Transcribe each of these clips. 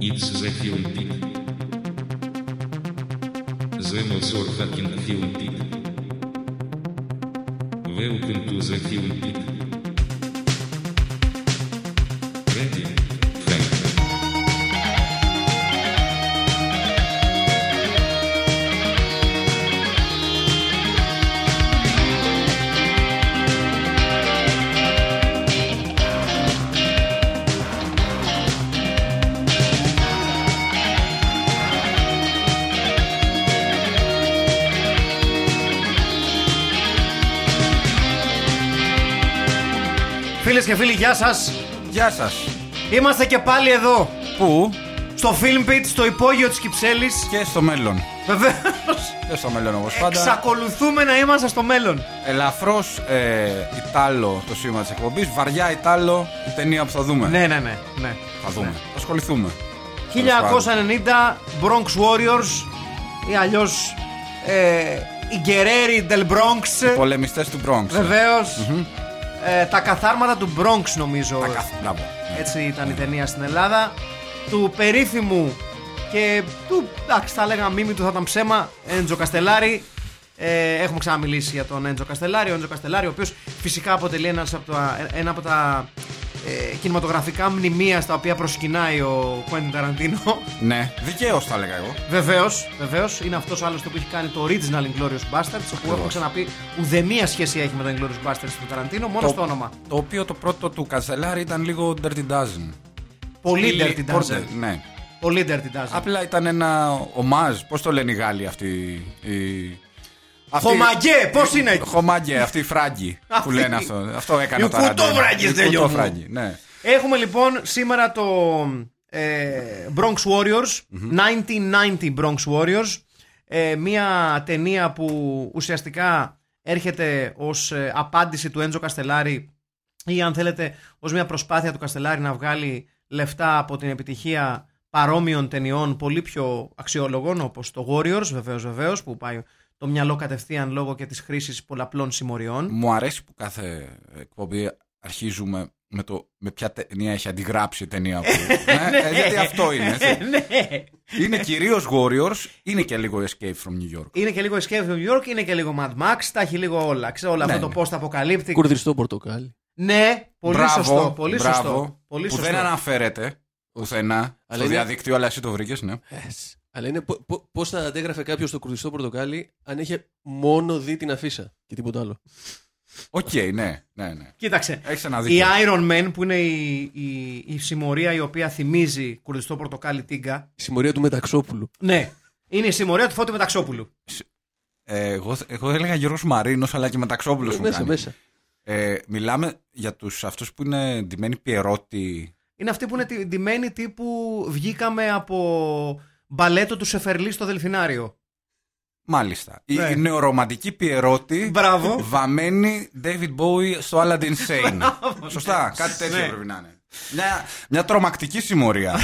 Ilse Fiorentini. Zemozor Hakin Fiorentini. Welcome to the Fiorentini. Ready? Frank. Φίλε και φίλοι, γεια σας. Γεια σας. Είμαστε και πάλι εδώ. Πού Στο Film Pit, στο υπόγειο της Κυψέλης. και στο μέλλον. Βεβαίως. Και στο μέλλον όπως πάντα. Εξακολουθούμε να είμαστε στο μέλλον. Ελαφρώς ε, Ιτάλο το σήμα της εκπομπής. Βαριά Ιτάλο η ταινία που θα δούμε. Ναι, ναι, ναι. ναι. Θα δούμε. Θα ασχοληθούμε. 1990 Bronx Warriors ή αλλιώς ε, οι Guerreri del Bronx. Πολεμιστές του Bronx. Βεβαίω. Ε, τα καθάρματα του Bronx νομίζω. Τα κάθε. Μπράβο. Ναι. Έτσι ήταν η ταινία στην Ελλάδα. Του περίφημου και του, εντάξει, θα λέγαμε μίμη του θα ήταν ψέμα, Έντζο Καστελάρη. Ε, έχουμε ξαναμιλήσει για τον Έντζο Καστελάρη. Ο Έντζο Καστελάρη, ο οποίος φυσικά αποτελεί ένας από τα, ένα από τα ε, κινηματογραφικά μνημεία στα οποία προσκυνάει ο Κουέντιν Ταραντίνο. Ναι. Δικαίως θα έλεγα εγώ. Βεβαίως, βεβαίως. Είναι αυτός άλλωστε που έχει κάνει το original Inglourious Basterds. Όπου έχουμε ξαναπεί ουδέμια σχέση έχει με το Inglourious Basterds του Ταραντίνο, μόνο στο όνομα. Το οποίο το πρώτο του Κασελάρη ήταν λίγο Dirty Dozen. Πολύ Λίγο- dirty dozen. Ναι. Πολύ dirty dozen. Απλά ήταν ένα ομάζ. Πώς το λένε οι Γάλλοι αυτοί. Οι... αυτοί- Χωμαγκέ, πώς είναι? Χωμαγκέ, αυτοί οι φράγκοι που Αυτοί. λένε αυτό. Αυτό έκανε Οι ο Ταραντίνο. κουτόφράγκες, ναι. Οι τέλειο μου. κουτόφράγκοι, ναι. Έχουμε λοιπόν σήμερα το ε, Bronx Warriors, 1990 Bronx Warriors, ε, μια ταινία που ουσιαστικά έρχεται ως ε, απάντηση του Έντζο Καστελάρη ή αν θέλετε ως μια προσπάθεια του Καστελάρη να βγάλει λεφτά από την επιτυχία παρόμοιων ταινιών πολύ πιο αξιόλογων όπως το Warriors βεβαίως βεβαίως που πάει το μυαλό κατευθείαν λόγω και της χρήσης πολλαπλών συμμοριών. Μου αρέσει που κάθε εκπομπή αρχίζουμε με το με ποια ταινία έχει αντιγράψει η ταινία που. ναι, ε, γιατί αυτό είναι. Ε, ναι. είναι κυρίως Warriors, είναι και λίγο Escape from New York. Είναι και λίγο Escape from New York, είναι και λίγο Mad Max, τα έχει λίγο όλα. Ξέρω όλο Ναι, αυτό το ναι. πώ τα αποκαλύπτει. Κουρδιστό πορτοκάλι. Ναι, πολύ Μπράβο, σωστό. Πολύ μπράβο, σωστό. Πολύ που σωστό. δεν αναφέρεται πουθενά στο είναι- διαδικτύο, αλλά εσύ το βρήκες, ναι. Yes. Αλλά είναι πώς θα αντέγραφε κάποιος το κουρδιστό πορτοκάλι αν είχε μόνο δει την αφίσα και τίποτα άλλο. Οκ, ναι, ναι, ναι. Κοίταξε. Έχεις ένα Η δίκιο. Iron Man που είναι η, η, η συμμορία η οποία θυμίζει κουρδιστό πορτοκάλι τίγκα. Η συμμορία του Μεταξόπουλου. Ναι. Είναι η συμμορία του Φώτη Μεταξόπουλου. Ε, εγώ, εγώ έλεγα Γιώργος Μαρίνος αλλά και Μεταξόπουλος μου Ε, μέσα, κάνει. μέσα. Ε, μιλάμε για τους αυτούς που είναι ντυμένοι πιερότη. Είναι αυτή που είναι τη- ντυμένη τύπου βγήκαμε από μπαλέτο του Σεφερλί στο Δελφινάριο. Μάλιστα. Η Ναι. η νεορομαντική πιερότη Μπράβο. βαμμένη David Bowie στο Aladdin Sane. Μπράβο. Σωστά. Κάτι τέτοιο Ναι. πρέπει να είναι. Μια, μια τρομακτική συμμορία.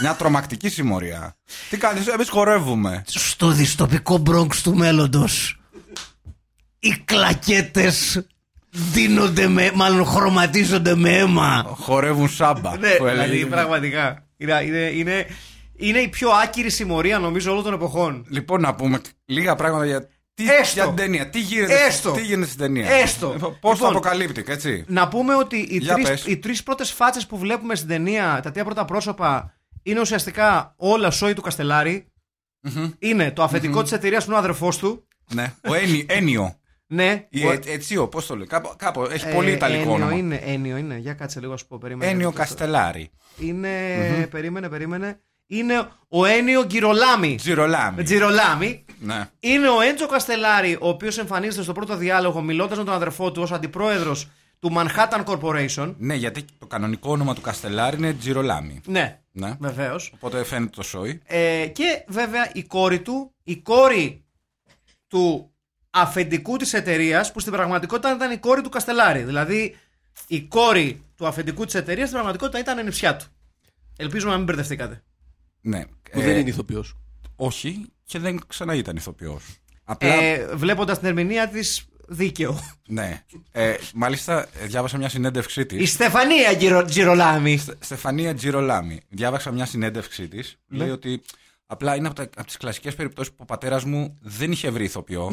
μια τρομακτική συμμορία. Τι κάνεις, εμείς χορεύουμε. στο διστοπικό Bronx του μέλλοντος οι κλακέτες δίνονται με, μάλλον χρωματίζονται με αίμα. Χορεύουν σάμπα. Ναι, που έλεγε. δηλαδή πραγματικά. Είναι, είναι, είναι, είναι η πιο άκυρη συμμορία νομίζω όλων των εποχών. Λοιπόν, να πούμε λίγα πράγματα για, τι, Έστω. για την ταινία. Τι γίνεται, Έστω. τι γίνεται στην ταινία. Έστω. Πώς Λοιπόν. το αποκαλύπτηκε, έτσι. Να πούμε ότι οι Για τρεις, πες. οι τρεις πρώτες φάτσες που βλέπουμε στην ταινία, τα τρία πρώτα πρόσωπα, είναι ουσιαστικά όλα σόι του Καστελάρη. Είναι το αφεντικό της εταιρείας που είναι ο αδερφός του. Ναι. Ο Ένι- Ένιο. Ναι. Ή Ο- ε- Ετσίο, πώς το λέει. Κάπου, κάπου έχει ε, πολύ ιταλικό Ένιο όνομα. είναι, Ένιο είναι. Για κάτσε λίγο να σου πω. Περίμενε. Ένιο Γιατί το- Καστελάρη. Είναι, περίμενε, περίμενε. Είναι ο Ένιο Γκυρολάμι. Τζιρολάμι. Τζιρολάμι. Ναι. Είναι ο Έντζο Καστελάρη, ο οποίος εμφανίζεται στο πρώτο διάλογο μιλώντας με τον αδερφό του ως αντιπρόεδρος του Manhattan Corporation. ναι, γιατί το κανονικό όνομα του Καστελάρη είναι Τζιρολάμι. Ναι, Ναι. βεβαίως. Οπότε φαίνεται το σόι. Ε, και βέβαια η κόρη του, η κόρη του αφεντικού της εταιρείας, που στην πραγματικότητα ήταν η κόρη του Καστελάρη. Δηλαδή η κόρη του αφεντικού της εταιρείας στην πραγματικότητα ήταν ανιψιά του. Ελπίζω να μην μπερδευτήκατε. Ναι. Που Ε, δεν είναι ηθοποιός. Όχι και δεν ξανά ήταν ηθοποιός. Απλά. Ε, Βλέποντας Ε, την ερμηνεία της δίκαιο. Ναι. Ε, μάλιστα, ε, διάβασα μια συνέντευξή της. Η Στεφανία Τζιρο- Τζιρολάμη. Στεφανία Τζιρολάμι. Διάβαξα μια συνέντευξή της. Ναι. Λέει ότι απλά είναι από, από τις κλασικές περιπτώσεις που ο πατέρας μου δεν είχε βρει ηθοποιό.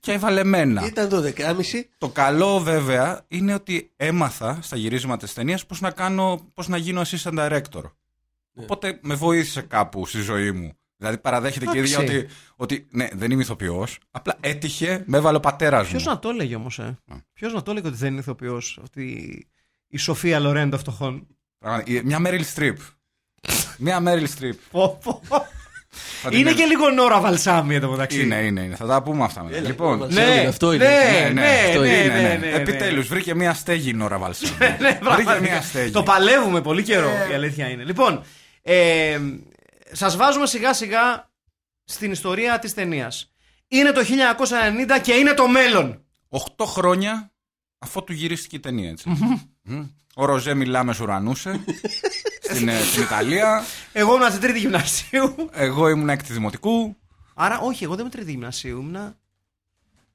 και έβαλε εμένα. Ήταν 12.30. Το καλό βέβαια είναι ότι έμαθα στα γυρίσματα της ταινίας πώς να, κάνω, πώς να γίνω assistant director. Ναι. Οπότε με βοήθησε κάπου στη ζωή μου. Δηλαδή παραδέχεται και η ίδια Εντάξει. ότι, ότι ναι, δεν είμαι ηθοποιός. Απλά έτυχε, με έβαλε ο πατέρας μου. Ποιο να το έλεγε όμως, ε. Ποιος να το έλεγε ότι δεν είναι ηθοποιός, ότι η Σοφία Λορέν των φτωχών. Πράγμα- ε, Μια Meryl Streep. Μια Meryl Streep. Πω, πω. Θα την Είναι έβ- και λίγο νόρα βαλσάμι εδώ μεταξύ. Είναι, ναι, είναι, είναι. Θα τα πούμε αυτά μετά. Έλα, λοιπόν, Νόρα Ναι, Βαλσάμι, αυτό είναι. Ναι, Ναι, ναι, αυτό ναι, είναι, ναι, ναι, ναι. Επιτέλους, βρήκε μια στέγη η Νόρα Βαλσάμι. Ναι, βρήκε πραγματικά. μια στέγη. Το παλεύουμε πολύ καιρό, η αλήθεια είναι. Λοιπόν, ε, σας βάζουμε σιγά σιγά στην ιστορία της ταινίας. Είναι το 1990 και είναι το μέλλον. 8 χρόνια αφότου γυρίστηκε η ταινία, έτσι. Μμμ. Ο Ροζέ μιλάμε ουρανούσε στην, ε, στην Ιταλία. Εγώ ήμουν στην τρίτη γυμνασίου. Εγώ ήμουν έκτη δημοτικού. Άρα, όχι, εγώ δεν είμαι τρίτη γυμνασίου, ήμουν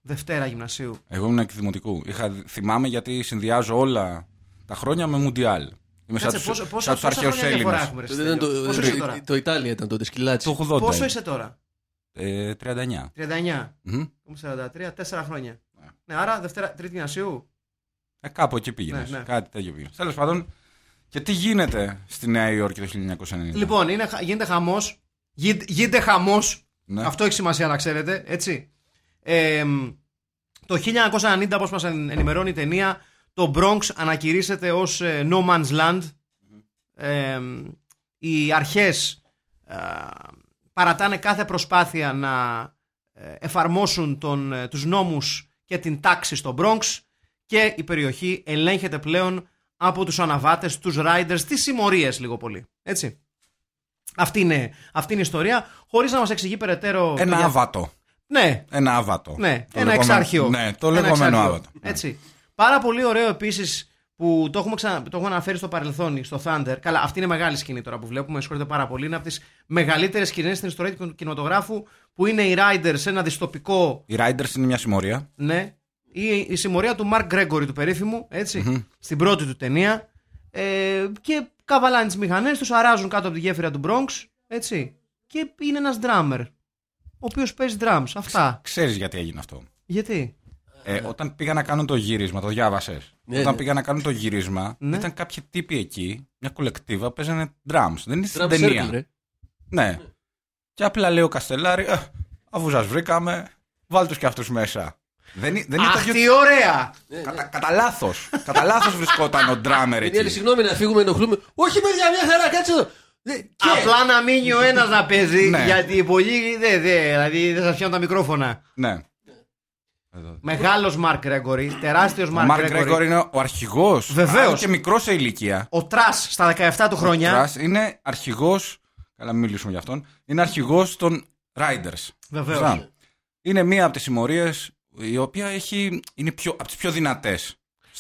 Δευτέρα γυμνασίου. Εγώ ήμουν έκτη δημοτικού. Είχα, θυμάμαι γιατί συνδυάζω όλα τα χρόνια με Μουντιάλ. Είμαι σαν Κάτσε, τους πόσο, πόσο, πόσα αρχαίου χρόνια διαφορά έχουμε, ρε, Τότε ήταν Στέλιο? το, Πόσο το- είσαι τώρα? το Ιταλία ήταν τότε, σκυλάτσι. Το 80. Πόσο είσαι τώρα, Ε, 39. 39, Μμμ. ήμουν 43, 4 χρόνια. Ναι, άρα Δευτέρα, Τρίτη Γυμνασίου. Ε, κάπου εκεί πήγαινες. Ναι, ναι. Κάτι τέτοιο πήγαινες. Τέλος πάντων, και τι γίνεται στη Νέα Υόρκη το 1990. Λοιπόν, είναι, χα- γίνεται χαμός. Γίνεται χαμός. Ναι. Αυτό έχει σημασία να ξέρετε, έτσι. Ε, μ, το 1990, όπως μας ενημερώνει η ταινία, το Bronx ανακηρύσσεται ως No Man's Land. Ε, μ, οι αρχές παρατάνε κάθε προσπάθεια να ε, εφαρμόσουν τον, ε, τους νόμους και την τάξη στο Bronx και η περιοχή ελέγχεται πλέον από τους αναβάτες, τους riders, τις συμμορίες λίγο πολύ. Έτσι. Αυτή είναι, αυτή είναι η ιστορία, χωρίς να μας εξηγεί περαιτέρω... Ένα παιδιά. άβατο. Ναι, Ένα άβατο. ναι, Το ένα λεγόμενο- εξάρχειο. Ναι, το Ένα Ε- λεγόμενο εξάρχειο. άβατο. Ναι. Έτσι. Πάρα πολύ ωραίο επίσης που το έχουμε, ξανα... το έχουμε αναφέρει στο παρελθόν, στο Thunder. Καλά, αυτή είναι μεγάλη σκηνή τώρα που βλέπουμε, με συγχωρείτε πάρα πολύ. Είναι από τις μεγαλύτερες σκηνές στην ιστορία του κινηματογράφου που είναι οι Riders σε ένα δυστοπικό. Οι Riders είναι μια συμμορία. Ναι. Η, η συμμορία του Mark Gregory του περίφημου, έτσι, στην πρώτη του ταινία. Ε, και καβαλάνε τις μηχανές τους, αράζουν κάτω από τη γέφυρα του Bronx, έτσι. Και είναι ένας drummer, ο οποίος παίζει drums. Αυτά. Ξέρεις γιατί έγινε αυτό. Γιατί. Ε, όταν πήγα να κάνω το γύρισμα, το διάβασες. Ναι, όταν ναι. πήγα να κάνω το γύρισμα, Ναι. ήταν κάποιοι τύποι εκεί, μια κολεκτίβα, παίζανε drums. Δεν είναι στην Drum ταινία. circle, ρε. Ναι. Και απλά λέει ο Καστελάρη, «Ε, αφού σας βρήκαμε, βάλτε τους κι αυτούς μέσα. Δεν, είναι- δεν είναι Αχ, τέτοιο- τι ωραία! Κατα, κατά λάθος. κατά λάθος βρισκόταν ο drummer Είναι άλλη, εκεί. συγγνώμη να φύγουμε, ενοχλούμε. Όχι, παιδιά, μια χαρά, κάτσε εδώ. Ε, και- Απλά να μείνει ο ένας να παίζει, Ναι. γιατί οι πολλοί δεν δε, δηλαδή δεν σας πιάνουν τα μικρόφωνα. ναι. Μεγάλος Μαρκ Γκρέγκορη, τεράστιος Ο Μαρκ Μάρκ Γκρέγκορ Γκρέγκορη. είναι ο αρχηγός. Βεβαίως. Και μικρός σε ηλικία. Ο Τρας στα 17 του χρόνια. Τρας είναι αρχηγός. Καλά, μην μιλήσουμε για αυτόν. Είναι αρχηγός των Riders. Βεβαίως. Σωστά. Είναι μία από τις συμμορίες η οποία έχει, είναι πιο, από τις πιο δυνατές.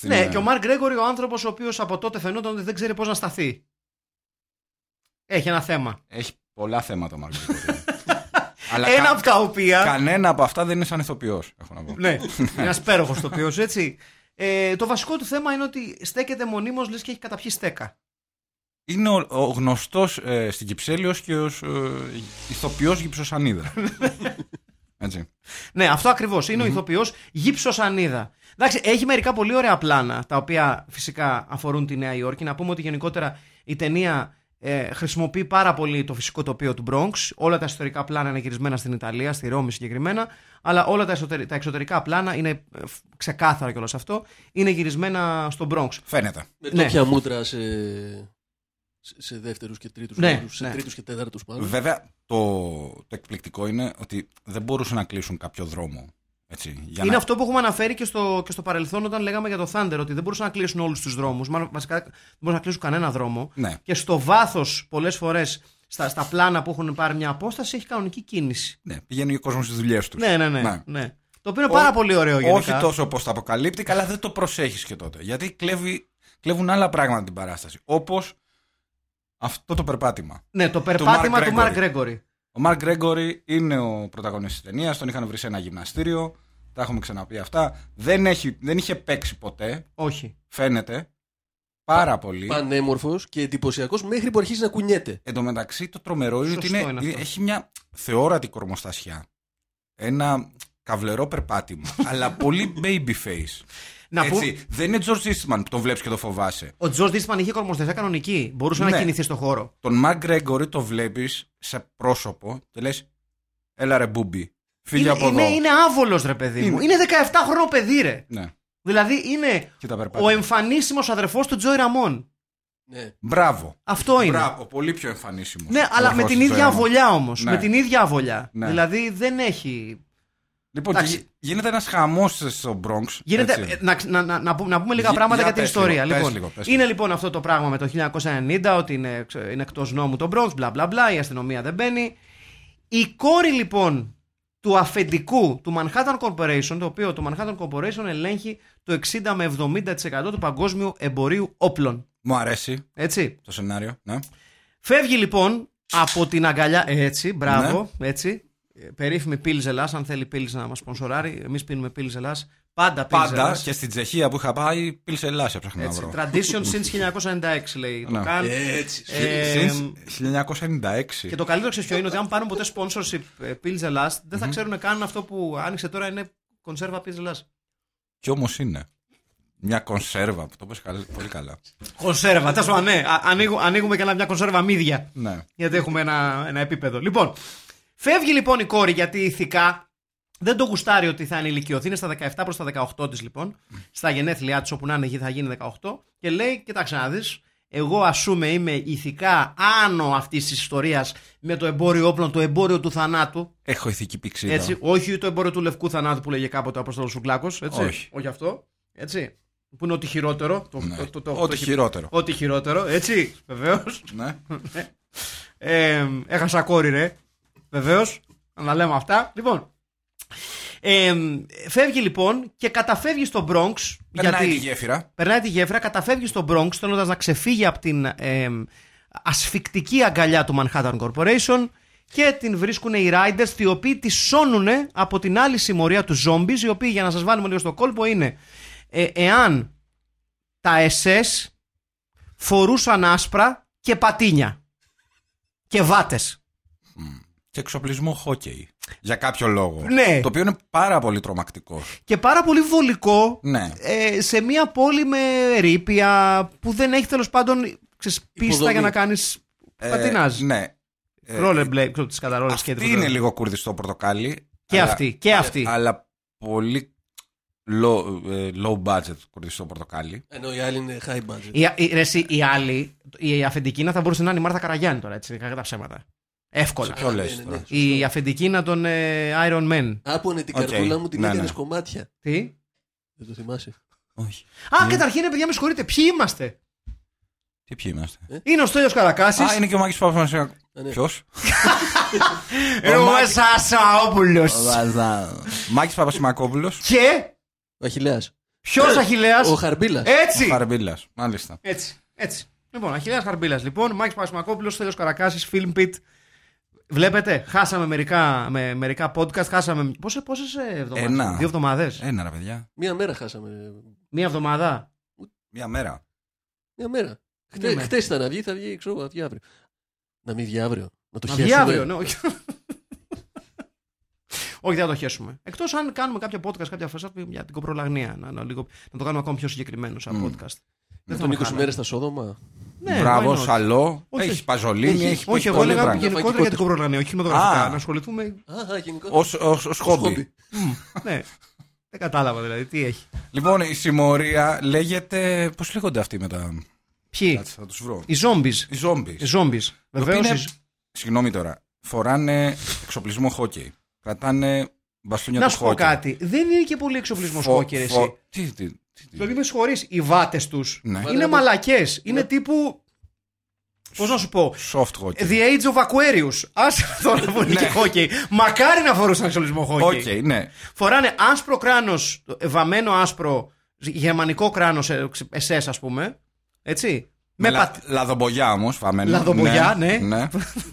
Ναι, και ο Μαρκ Γκρέγκορη ο άνθρωπος ο οποίος από τότε φαινόταν ότι δεν ξέρει πώς να σταθεί. Έχει ένα θέμα. Έχει πολλά θέματα ο Μάρκ. Γκρέγκορ. Αλλά ένα κα- από τα οποία. κανένα από αυτά δεν είναι σαν ηθοποιός, έχω να πω. Ναι, ένας πέροχος το οποίο έτσι. Ε, το βασικό του θέμα είναι ότι στέκεται μονίμως λες και έχει καταπιεί στέκα. Είναι ο, ο γνωστός ε, στην Κυψέλη ως και ως ε, ηθοποιός γυψοσανίδα. Έτσι. Ναι, αυτό ακριβώς. Είναι ο ηθοποιός Γύψος Ανίδα. Εντάξει, έχει μερικά πολύ ωραία πλάνα, τα οποία φυσικά αφορούν τη Νέα Υόρκη. Να πούμε ότι γενικότερα η ταινία ε, χρησιμοποιεί πάρα πολύ το φυσικό τοπίο του Bronx. Όλα τα ιστορικά πλάνα είναι γυρισμένα στην Ιταλία, στη Ρώμη συγκεκριμένα. Αλλά όλα τα, εσωτερι- τα εξωτερικά πλάνα είναι ε, φ- ξεκάθαρα κιόλας αυτό. Είναι γυρισμένα στο Bronx. Φαίνεται. Με Ναι. τέτοια μούτρα σε, σε, σε δεύτερους και τρίτους Ναι, σε ναι. τρίτους και τέταρτους μάλλον. Βέβαια, το, το εκπληκτικό είναι ότι δεν μπορούσαν να κλείσουν κάποιο δρόμο. Έτσι, για είναι να... αυτό που έχουμε αναφέρει και στο, και στο παρελθόν όταν λέγαμε για το Thunder, ότι δεν μπορούσαν να κλείσουν όλους τους δρόμους. Μάλλον βασικά δεν μπορούσαν να κλείσουν κανένα δρόμο. Ναι. Και στο βάθος, πολλές φορές, στα, στα πλάνα που έχουν πάρει μια απόσταση, έχει κανονική κίνηση. Ναι, πηγαίνει ο κόσμος στις δουλειές τους. Ναι, ναι, ναι. ναι. Το οποίο είναι πάρα πολύ ωραίο γενικά. Όχι τόσο όπως τα αποκαλύπτει, αλλά δεν το προσέχεις και τότε. Γιατί κλέβει, κλέβουν άλλα πράγματα την παράσταση. Όπως αυτό το περπάτημα. Ναι, το περπάτημα Mark του Μαρκ Γκρέγκορη. Ο Μαρκ Γκρέγκορη είναι ο πρωταγωνιστής της ταινίας, τον είχαν βρει σε ένα γυμναστήριο. Τα έχουμε ξαναπεί αυτά. Δεν, έχει, δεν είχε παίξει ποτέ. Όχι. Φαίνεται. Πάρα πολύ. Πανέμορφος και εντυπωσιακός μέχρι που αρχίζει να κουνιέται. Εν τω μεταξύ το τρομερό είναι ότι Σωστό είναι, είναι αυτό. έχει μια θεόρατη κορμοστασιά. Ένα καβλερό περπάτημα. αλλά πολύ baby face. Να Έτσι. πω. Δεν είναι George Eastman που τον βλέπεις και τον φοβάσαι. Ο Τζο Δίστμαν είχε κορμοστεσιά κανονική. Μπορούσε να Ναι. κινηθεί στο χώρο. Τον Μαρκ Γκρέγκορη το βλέπεις σε πρόσωπο και λες: Έλα ρε μπούμπι, φύγε είναι, από εδώ. είναι, είναι άβολος ρε παιδί μου. Είναι 17χρονο παιδί ρε. Ναι, Δηλαδή είναι και τα περπάτημα. ο εμφανίσιμος αδερφός του Τζόι Ραμόν. Ναι. Μπράβο. Αυτό είναι. Μπράβο, πολύ πιο εμφανίσιμος. Ναι, αλλά με την ίδια αβολιά όμως. Ναι. Με την ίδια αβολιά. Ναι. Δηλαδή δεν έχει. Λοιπόν, Εντάξει. γι- γίνεται ένας χαμός στο Bronx. Γίνεται, έτσι. ε, να, ξ- να, να, να, πού- να πούμε λίγα Γι- πράγματα για για την πες ιστορία. λίγο, πες λοιπόν, λίγο, πες είναι λοιπόν αυτό το πράγμα με το 1990 ότι είναι, ξε- είναι εκτός νόμου το Bronx, μπλα μπλα μπλα, η αστυνομία δεν μπαίνει. Η κόρη λοιπόν του αφεντικού του Manhattan Corporation, το οποίο το Manhattan Corporation ελέγχει το 60 με 70% του παγκόσμιου εμπορίου όπλων. Μου αρέσει Έτσι. το σενάριο. Ναι. Φεύγει λοιπόν από την αγκαλιά. ε, Έτσι, μπράβο, Ναι. έτσι. Ε, Περίφημη Πύλη Ελλά. Αν θέλει Πύλη να μας σπονσοράρει, εμείς πίνουμε Πύλη Ελλά. Πάντα Πύλη Πάντα και στην Τσεχία που είχα πάει, πήλσε Ελλάσσα ψάχνα να βρω. Tradition since 1996 λέει. Το Ναι. καν. Έτσι. Ε, Since 1996. και το καλύτερο ξέρεις ποιο είναι ότι αν πάρουν ποτέ sponsorship ε, Πύλη Ελλά, δεν θα ξέρουν καν αυτό που άνοιξε τώρα είναι κονσέρβα Πύλη Ελλά. Κι όμως είναι. Μια κονσέρβα που το πες καλ- πολύ καλά. Κονσέρβα, τέλο πάντων, ναι. Α- ανοίγου- ανοίγουμε και ένα- μια κονσέρβα μύδια. Ναι. Γιατί έχουμε ένα, ένα επίπεδο. Λοιπόν, φεύγει λοιπόν η κόρη γιατί ηθικά δεν το γουστάρει ότι θα ανηλικιωθεί. Είναι στα 17 προς τα 18 της λοιπόν. Στα γενέθλιά της, όπου να είναι γη, θα γίνει 18. Και λέει, κοιτάξτε να δεις. Εγώ ας πούμε είμαι ηθικά άνω αυτής της ιστορίας με το εμπόριο όπλων, το εμπόριο του θανάτου. Έχω ηθική πηξίδα. Έτσι, όχι το εμπόριο του λευκού θανάτου που λέγε κάποτε ο Απόστολος Σουγκλάκο. Όχι. όχι αυτό. Έτσι. Που είναι ό,τι χειρότερο. Το, Ναι. το, το, το- Ό,τι το- χειρότερο. Ό,τι χειρότερο. Έτσι, βεβαίως. Ναι. Ε, έχασα κόρη, ρε. Βεβαίως. Να λέμε αυτά. Λοιπόν. Ε, φεύγει λοιπόν και καταφεύγει στο Bronx. Περνάει τη γέφυρα. περνάει τη γέφυρα, καταφεύγει στο Bronx θέλοντας να ξεφύγει από την ε, ασφικτική αγκαλιά του Manhattan Corporation και την βρίσκουν οι Riders, οι οποίοι τη σώνουν από την άλλη συμμορία του zombies, οι οποίοι για να σας βάλουμε λίγο στο κόλπο είναι ε, εάν τα SS φορούσαν άσπρα και πατίνια και βάτες. Και εξοπλισμό χόκεϊ. Για κάποιο λόγο. Ναι. Το οποίο είναι πάρα πολύ τρομακτικό. Και πάρα πολύ βολικό Ναι. ε, σε μια πόλη με ρήπια που δεν έχει τέλος πάντων ξέρεις, πίστα Υποδομή. για να κάνεις Ε, πατινάζ. ναι. Ε, Rollerblade, ξέρω τις καταρόλες και Αυτή είναι λίγο κουρδιστό πορτοκάλι. Και αλλά- αυτή, και αυτή. Αλλά πολύ low, ε, low budget κουρδιστό πορτοκάλι. Ενώ η άλλη είναι high budget. Η, η, ρε, εσύ, η άλλη, η αφεντική να θα μπορούσε να είναι η Μάρθα Καραγιάννη τώρα, έτσι, κακά τα ψέματα. Εύκολα. Ποιο ναι, λες ναι, τώρα. ναι. Η αφεντική να τον ε, Iron Man. Άπονε την Οκ. καρδούλα μου, την Ναι, έκανες ναι. κομμάτια. Τι. Δεν το θυμάσαι. Όχι. Α, καταρχήν, ρε, παιδιά, με συγχωρείτε, ποιοι είμαστε. Τι ποιοι είμαστε. Είναι ο Στέλιος Καρακάσης. Α, είναι και ο Μάκης Παπαδημαρίου. Ε, ναι. Ποιος? ο Μάκης Σασαόπουλος. Μάκης Παπασημακόπουλος. Και Ο Αχιλέας. ποιος Αχιλέας. Ο Χαρμπίλας. Έτσι. Χαρμπίλας. Μάλιστα. Έτσι. Έτσι. Λοιπόν, Αχιλέα Χαρμπίλας, λοιπόν, Μάκης Πασμακόπουλο, Τέλο Καρακάσης, Film Pit. Βλέπετε, χάσαμε μερικά, με, μερικά podcast, χάσαμε. Πόσες πόσες ε, εβδομάδες, Ένα. Ε. δύο εβδομάδες, Ένα ρε παιδιά. Μία μέρα χάσαμε. μία εβδομάδα. Μία μέρα. Μία μέρα. Μία μέρα. Χτες ήταν να βγει, θα βγει, ξέρω εγώ, θα βγει αύριο. Να μην βγει αύριο. Να το Να βγει χέσουμε. αύριο, ναι, όχι. όχι, δεν θα το χέσουμε. Εκτός αν κάνουμε κάποια podcast, κάποια φορά για την κοπρολαγνία. Να, να, λίγο, να το κάνουμε ακόμα πιο συγκεκριμένο σαν Μμ. podcast. Με Δεν θα τον με 20 χάνετε. μέρε στα Σόδομα. Ναι, Μπράβο, why not. σαλό. Όχι, Έχεις όχι. παζολίνη, έχει Έχει- Όχι, έχει εγώ πολύ έλεγα πράγματα. γενικότερα για την κοπρολαγνία, όχι Α. χηματογραφικά. Να ασχοληθούμε Α, α, γενικό. Ως χόμπι. χόμπι. ναι. Δεν κατάλαβα δηλαδή τι έχει. Λοιπόν, η συμμορία λέγεται. Πώς λέγονται αυτοί μετά. Ποιοι. Κάτσε, θα τους βρω. Οι zombies. Οι ζόμπις. Οι zombies. Βεβαίως. είναι- Συγγνώμη τώρα. Φοράνε εξοπλισμό χόκεϊ. Κρατάνε μπαστούνια Να του σου πω χόκεϊ. κάτι. Δεν είναι και πολύ εξοπλισμός Φο- χόκερ φο- εσύ. Τι, τι, τι, τι. Δηλαδή Ε, με συγχωρείς, οι βάτες τους Ναι. είναι μαλακές. Είναι τύπου. Πώς να σου πω. Soft χόκεϊ. The Age of Aquarius. Άσε τώρα που είναι και χόκεϊ. Μακάρι να φορούσαν εξοπλισμό χόκεϊ. Ναι. Οκ, ναι. Φοράνε άσπρο κράνος, βαμμένο άσπρο, γερμανικό ε, κράνο εσές, ας πούμε. Έτσι. Με, Με πατ... ναι. λα... Λαδομπογιά όμως, φαμμένο. Λαδομπογιά, ναι. ναι.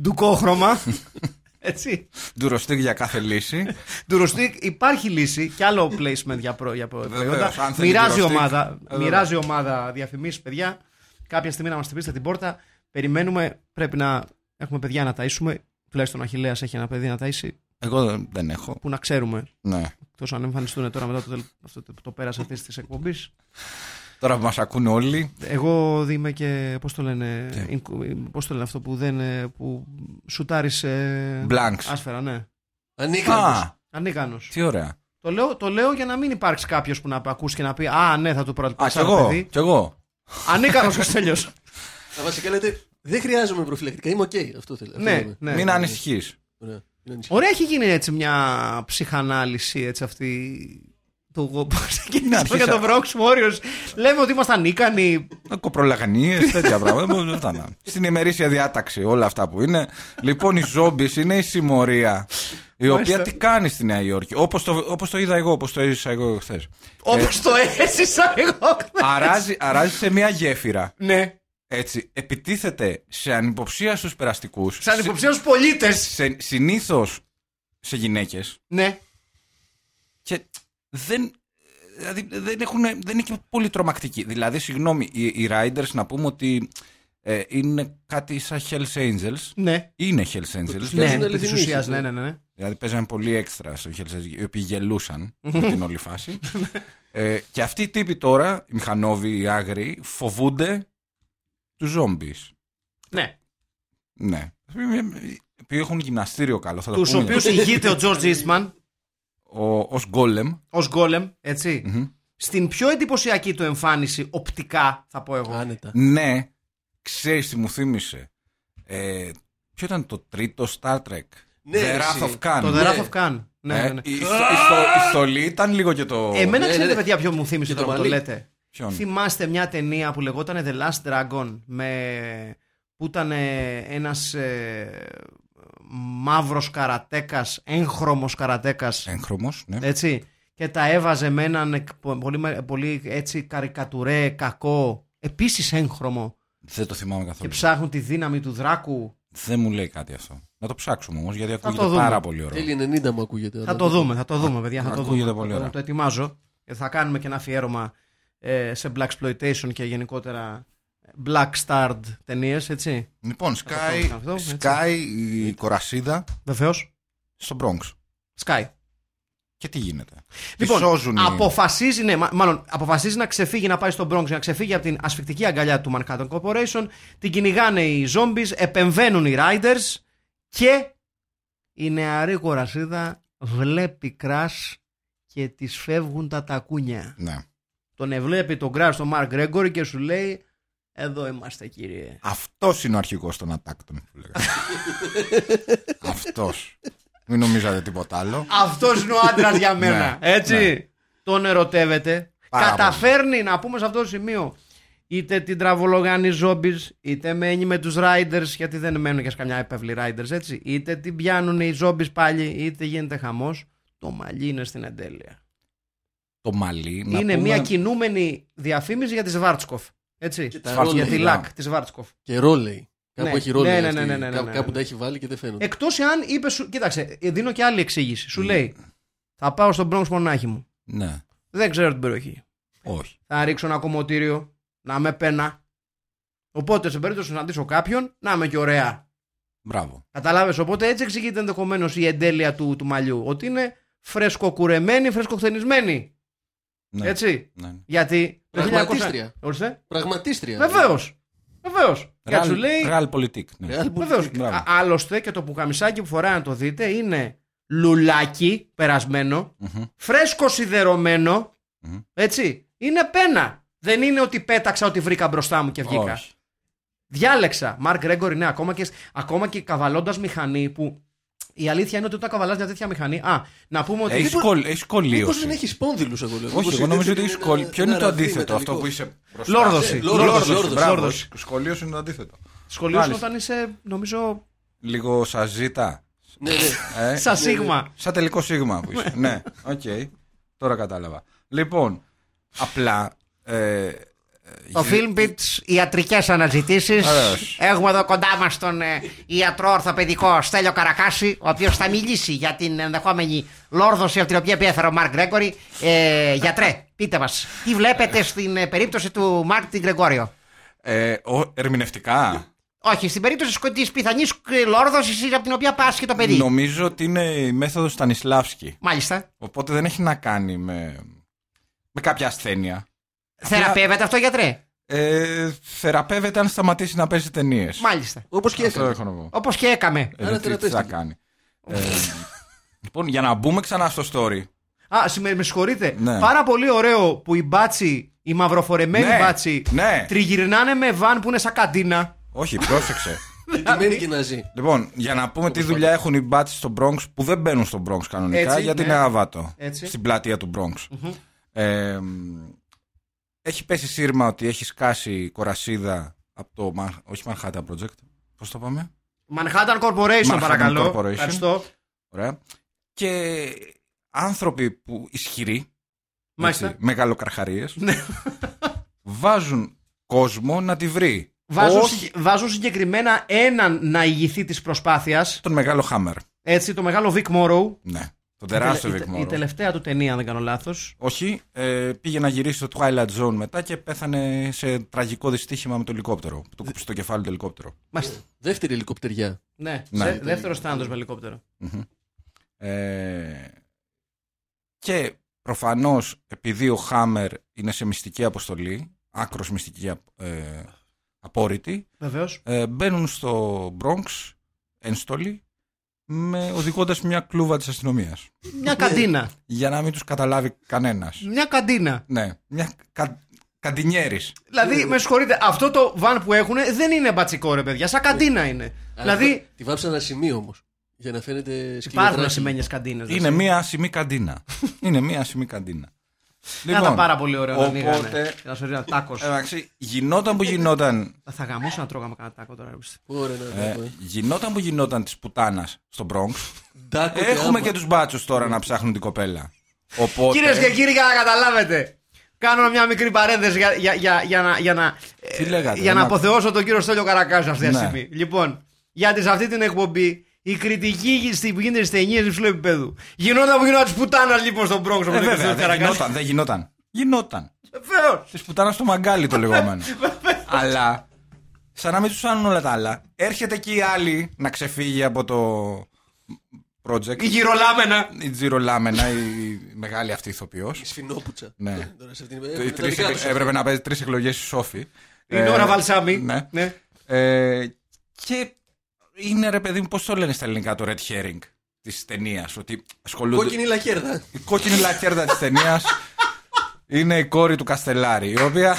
ντουκόχρωμα. Έτσι. Ντουροστίκ για κάθε λύση. Ντουροστίκ υπάρχει λύση και άλλο placement για, προ, για προ- Βεβαίως, προϊόντα. αν θέλει Μοιράζει ντουροστίκ. ομάδα, Βέβαια. μοιράζει ομάδα διαφημίσεις, παιδιά. Κάποια στιγμή να μας χτυπήσετε την πόρτα. Περιμένουμε. Πρέπει να έχουμε παιδιά να ταΐσουμε. Τουλάχιστον ο Αχηλέα έχει ένα παιδί να ταΐσει. Εγώ δεν έχω. Που να ξέρουμε. Ναι. Εκτός αν εμφανιστούν τώρα μετά το, τελ- αυτό το, το πέρας αυτή τη εκπομπή. Τώρα που μας ακούνε όλοι. Εγώ είμαι και. Πώς το λένε. Τι? in- Πώς το λένε αυτό που δεν. ε, που σουτάρεις. Blanks. Άσφαιρα, ναι. Ανίκανος. Α, Ανίκανος. τι ωραία. Το λέω, το λέω για να μην υπάρξει κάποιος που να ακούσει και να πει Α, ναι, θα του Α, κι προαλπίσει το εγώ. παιδί. Κι εγώ. Ανίκανος Καστέλιο. Α, Βασικά λέτε, δεν χρειάζομαι προφυλακτικά, είμαι οκ. Αυτό θέλω. αυτό ναι, λέμε. ναι. Μην ανησυχείς. Ωραία. Είναι ανησυχία. Ωραία, έχει γίνει έτσι μια ψυχανάλυση έτσι αυτή. Το εγώ που ξεκινήσω για αρχίσα. το Bronx Warriors. Λέμε ότι ήμασταν ίκανοι. Κοπρολαγανίε, Ε, τέτοια πράγματα. Δεν μπορούν αυτά να. Στην ημερήσια διάταξη, όλα αυτά που είναι. Λοιπόν, οι ζόμπις είναι η συμμορία. Η Μάλιστα. οποία τι κάνει στη Νέα Υόρκη. Όπως το, όπως το είδα εγώ, όπως το είδα εγώ χθες. Όπως το έζησα εγώ. αράζει, αράζει σε μια γέφυρα. Ναι. Έτσι, επιτίθεται σε ανυποψία στου περαστικού. Σαν υποψήφιου πολίτες. Σε, Συνήθως σε γυναίκες. Ναι. Και δεν. Δηλαδή δεν, έχουν, δεν είναι και πολύ τρομακτική. Δηλαδή, συγγνώμη, οι, οι Riders να πούμε ότι ε, είναι κάτι σαν Hells Angels. Ναι. Είναι Hells Angels. Ναι, Ναι, είναι επί της αληθινής, ουσίας, ναι, ναι. ναι, ναι, ναι. Δηλαδή παίζανε πολύ έξτρα στο Hells Angels, οι οποίοι γελούσαν με την όλη φάση. Ναι. ε, και αυτοί οι τύποι τώρα, οι μηχανόβοι, οι άγριοι, φοβούνται τους zombies. ναι. Ναι. Οι οποίοι έχουν γυμναστήριο καλό, θα τα Του πούμε. οποίου ηγείται ο George Eastman Ο, ως γκόλεμ. ως γκόλεμ, έτσι. Μμμ. Στην πιο εντυπωσιακή του εμφάνιση, οπτικά θα πω εγώ. Άνετα. Ναι, ξέρεις τι μου θύμισε. Ε, ποιο ήταν το τρίτο Star Trek. Ναι, The ρε, Wrath εσύ. of Khan. Το Ε, The Wrath of Khan. Ναι, ναι, ναι. Η, ιστο- η ιστο- η στολή ήταν λίγο και το... Εμένα Ε, ναι, ξέρετε, ναι, ναι. παιδιά, ποιο μου θύμισε Και το τώρα που το μαλλί. λέτε. Ποιον. Θυμάστε μια ταινία που λεγόταν The Last Dragon με... που ήταν ε, ένας ε, μαύρος καρατέκας, έγχρωμος καρατέκας, Ε, Έγχρωμος, ναι. έτσι, και τα έβαζε με έναν εκ- πο- πολύ, με- πολύ έτσι καρικατουρέ, κακό, επίσης έγχρωμο Δεν το θυμάμαι και καθόλου. ψάχνουν τη δύναμη του δράκου. Δεν μου λέει κάτι αυτό. Να το ψάξουμε όμως, γιατί το ακούγεται δούμε. πάρα πολύ ωραίο. Τέλει 90 μου ακούγεται. Θα αλλά το δούμε, θα το δούμε, παιδιά. Θα το ακούγεται δούμε. πολύ Το- ωραία. Το ετοιμάζω. Ε, Θα κάνουμε και ένα αφιέρωμα ε, σε Black Exploitation και γενικότερα ε, Black Starred ταινίες, έτσι. Λοιπόν, το δούμε Sky, αυτό, έτσι. Sky η κορασίδα Βεβαίως. στο Bronx. Sky. Και τι γίνεται. Τη Λοιπόν, σώζουν οι- αποφασίζει, ναι, μα- μάλλον αποφασίζει να ξεφύγει να πάει στον Bronx, να ξεφύγει από την ασφικτική αγκαλιά του Manhattan Corporation. Την κυνηγάνε οι zombies, επεμβαίνουν οι riders και η νεαρή κορασίδα βλέπει κρας και της φεύγουν τα τακούνια. Ναι. Τον ευλέπει τον Κρά τον Μαρκ Γκρέγκορη και σου λέει Εδώ είμαστε κύριε. Αυτός είναι ο αρχηγός των Ατάκτων. που λέγαμε. Αυτός. Μην νομίζατε τίποτα άλλο. Αυτός είναι ο άντρας για μένα. Ναι, έτσι. ναι. Τον ερωτεύεται. Πάρα πολύ. Καταφέρνει να πούμε σε αυτό το σημείο είτε την τραβολογάνει ζόμπις, είτε μένει με τους riders, γιατί δεν μένουν και σε καμιά επαυλή riders, έτσι. Είτε την πιάνουν οι ζόμπις πάλι, είτε γίνεται χαμός. Το μαλλί είναι στην εντέλεια. Το μαλλί. να είναι πούμε- μια κινούμενη διαφήμιση για τη Σβάρτσκοφ. Έτσι. Και τα Για ρόλια. τη ΛΑΚ της Σβάρτσκοφ. Και ρόλεϊ. Κάπου Ναι. έχει ρόλεϊ. Ναι, ναι, αυτή. ναι, ναι, ναι, ναι, Κάπου- ναι, Κάπου ναι. τα έχει βάλει και δεν φαίνονται. Εκτός εάν είπε σου. Κοίταξε, ε, δίνω και άλλη εξήγηση. Σου λέει, θα πάω στον Bronx μονάχη μου. Ναι. Δεν ξέρω την περιοχή. Όχι. Θα ρίξω ένα κομμωτήριο, να με πένα. Οπότε σε περίπτωση να συναντήσω κάποιον, να είμαι και ωραία. Μπράβο. Καταλάβες, οπότε έτσι εξηγείται ενδεχομένως η εντέλεια του, του μαλλιού. Ότι είναι φρεσκοκουρεμένη, φρεσκοχθενισμένη. Ναι. Έτσι. Ναι. ναι. Γιατί. το 1900 Πραγματίστρια. Ορίστε. Πραγματίστρια. Βεβαίως. Βεβαίως. Γιατί Real- σου λέει. Real Politik. Ναι. Real Madrid. Βεβαίως. Μπράβο. Α- Άλλωστε και το πουκαμισάκι που φοράει να το δείτε είναι λουλάκι περασμένο, Μμμ. φρέσκο σιδερωμένο, Μμμ. έτσι. Είναι πένα. Δεν είναι ότι πέταξα ότι βρήκα μπροστά μου και βγήκα. Όχι. Διάλεξα. Μαρκ Γκρέγκορ ναι, ακόμα και, ακόμα και καβαλώντας μηχανή που η αλήθεια είναι ότι όταν καβαλάς μια τέτοια μηχανή. Α, να πούμε ότι. Έχεις κολλ- έχεις κολλίωση. Μήπως δεν έχεις σπόνδυλους εγώ λέω. Όχι, Μήπως εγώ νομίζω είναι ότι έχεις ένα- κολλ. Ποιο είναι ένα το ραφί αντίθετο, μεταλλικό. αυτό που είσαι μπροστά. Λόρδωση. Ε, λόρδωση, λόρδωση, μπράβο. λόρδωση. Σχολείο είναι το αντίθετο. Σχολείο Μάλιστα. όταν είσαι, νομίζω, Λίγο σα ζήτα. Ναι, ναι. Ε. σαν σίγμα. Σαν τελικό σίγμα που είσαι. ναι, οκ. Τώρα κατάλαβα. Λοιπόν, απλά ε, Το Film Beats, ιατρικές αναζητήσεις. Ωραίος. Έχουμε εδώ κοντά μας τον ε, ιατρό ορθοπαιδικό Στέλιο Καρακάση, ο οποίος θα μιλήσει για την ενδεχόμενη λόρδωση από την οποία πέθανε ο Μαρκ Γκρέγκορη. Ε, γιατρέ, πείτε μας, τι βλέπετε στην ε, περίπτωση του Μαρκ την Γκρεγόριο. Ε, ο- ερμηνευτικά. Όχι, στην περίπτωση της πιθανής λόρδωσης ε, από την οποία πάσχει το παιδί. Νομίζω ότι είναι η μέθοδος Στανισλάβσκη. Μάλιστα. Οπότε δεν έχει να κάνει με, με κάποια ασθένεια. Θεραπεύεται αυτό γιατρέ. Ε, θεραπεύεται αν σταματήσει να παίζει ταινίες. Μάλιστα. Όπως και Αυτό έκανε. έχω να πω. Όπως και έκαμε. Ε, Άρα τι- τι θα θεραπεύτηκε. κάνει. Ε, λοιπόν, για να μπούμε ξανά στο story. Α, συ- με, με συγχωρείτε. Ναι. Πάρα πολύ ωραίο που οι μπάτσι, οι μαυροφορεμένοι Ναι, μπάτσι, ναι. τριγυρνάνε με βαν που είναι σαν καντίνα. Όχι, πρόσεξε. Επιμένει και να ζει. λοιπόν, για να πούμε τι δουλειά έχουν οι μπάτσοι στο Bronx που δεν μπαίνουν στο Bronx κανονικά Έτσι, γιατί ναι. είναι αβάτο. Έτσι. Στην πλατεία του Bronx. Ε, μ, έχει πέσει σύρμα ότι έχει σκάσει κορασίδα από το. Μα- Όχι Manhattan Project. Πώς το πάμε. Manhattan Corporation, Manhattan παρακαλώ. Corporation. Ευχαριστώ. Ωραία. Και άνθρωποι που ισχυροί, Μάλιστα. μεγαλοκαρχαρίες, Ναι. βάζουν κόσμο να τη βρει. Βάζουν, Όχι συ- βάζουν συγκεκριμένα έναν να ηγηθεί της προσπάθειας. τον μεγάλο Χάμερ. Έτσι, το μεγάλο Vic Morrow. Ναι. Τον Η τεράστιο τελε- η, Vic τε- η Morrow. τελευταία του ταινία, αν δεν κάνω λάθος. Όχι, ε, πήγε να γυρίσει στο Twilight Zone μετά και πέθανε σε τραγικό δυστύχημα με το ελικόπτερο. Του κούψε το κεφάλι το ελικόπτερο. Μάλιστα. Δεύτερη ελικοπτεριά. Ναι, Ναι. Δε, δεύτερο θάνατο με ελικόπτερο. Ε, και προφανώς επειδή ο Χάμερ είναι σε μυστική αποστολή, άκρος μυστική ε, απόρριτη, Βεβαίως. ε, μπαίνουν στο Bronx, ενστόλοι, με οδηγώντας μια κλούβα της αστυνομίας. Μια καντίνα. Για να μην τους καταλάβει κανένας. Μια καντίνα. Ναι, μια κα, καντινιέρης. Δηλαδή, με συγχωρείτε, αυτό το βαν που έχουν δεν είναι μπατσικό ρε παιδιά, σαν καντίνα είναι. Ε, Δηλαδή, Τη βάψα ένα σημείο όμως. Για να φαίνεται υπάρχουν σκληρή. σημαίνιες καντίνες. Είναι μια ασημή καντίνα. είναι μια ασημή καντίνα. Ήταν πάρα πολύ ωραίο να ανοίγανε. λοιπόν, οπότε- ε, Να σου ρίχνανε τάκος. Εντάξει, γινόταν που γινόταν, Θα γαμούσα να τρώγαμε κανένα τάκο τώρα. άκουστε. Ωραία, να ε, δούμε. γινόταν που γινόταν της πουτάνας στο Bronx. Ντάκο Έχουμε άμα. και τους μπάτσους τώρα να ψάχνουν την κοπέλα. Οπότε... ε, Κυρίες και κύριοι, για να καταλάβετε. Κάνω μια μικρή παρένθεση για, για, για, για να, για να, Τι ε, λέγατε, για να δεν αποθεώσω τον κύριο Στέλιο Καρακάζο αυτή τη Ναι. στιγμή. Λοιπόν, γιατί σε αυτή την εκπομπή η κριτική στη- που γίνεται στις ταινίες υψηλού επίπεδου γινόταν που γινόταν της πουτάνας λοιπόν στον Πρόγκο. Ε, βέβαια, δεν γινόταν, δεν γινόταν. Γινόταν. Βεβαίως. Της πουτάνας στο μαγκάλι το λεγόμενο. Αλλά, σαν να μην τους φάνουν όλα τα άλλα, έρχεται και η άλλη να ξεφύγει από το project. Η γυρολάμενα. Η Τζίρο Λάμενα, η μεγάλη αυτή ηθοποιός. Η Σφινόπουτσα. Ναι. Τώρα σε αυτήν την ε, τα δικά τους. Έπρεπε να παίζει τρεις εκλογές στη Σόφη. Η Νόρα Βαλσάμι. Ε, Ναι. Ναι. Ε, και είναι ρε παιδί μου, πώς το λένε στα ελληνικά το red herring της ταινίας. Ότι ασχολούνται. Κόκκινη λαχέρδα. Η κόκκινη λακέρδα της ταινίας είναι η κόρη του Καστελάρη, η οποία.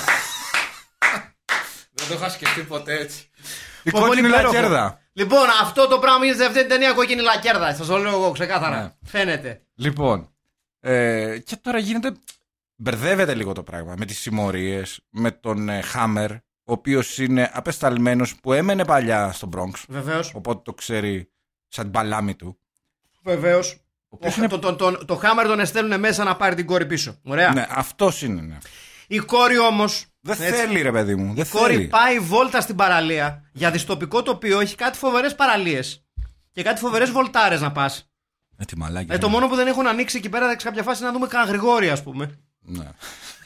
Δεν το είχα σκεφτεί ποτέ έτσι. Η Πω, πω, κόκκινη υπέροχο. λακέρδα. Λοιπόν, αυτό το πράγμα γίνεται σε αυτή την ταινία κόκκινη λακέρδα. Σας το λέω εγώ ξεκάθαρα. Ναι. Φαίνεται. Λοιπόν. ε, και τώρα γίνεται. Μπερδεύεται λίγο το πράγμα με τις συμμορίες, με τον ε, Χάμερ, ο οποίος είναι απεσταλμένος που έμενε παλιά στον Bronx, Βεβαίως. οπότε το ξέρει σαν μπαλάμι του. Βεβαίως. οποίος είναι- Το, το, το, το Χάμερ τον εστέλνουν μέσα να πάρει την κόρη πίσω. Ωραία. Ναι, αυτός είναι. ναι. Η κόρη όμως. Δεν θέλει ρε παιδί μου, δεν Η κόρη θέλει. πάει βόλτα στην παραλία. Για διστοπικό τοπίο έχει κάτι φοβερές παραλίες. Και κάτι φοβερές βολτάρες να πας. Ε, τι μαλάκια Ε, το είναι. μόνο που δεν έχουν ανοίξει εκεί πέρα σε κάποια φάση είναι να δούμε κανένα γρηγόρη, ας πούμε. Ναι.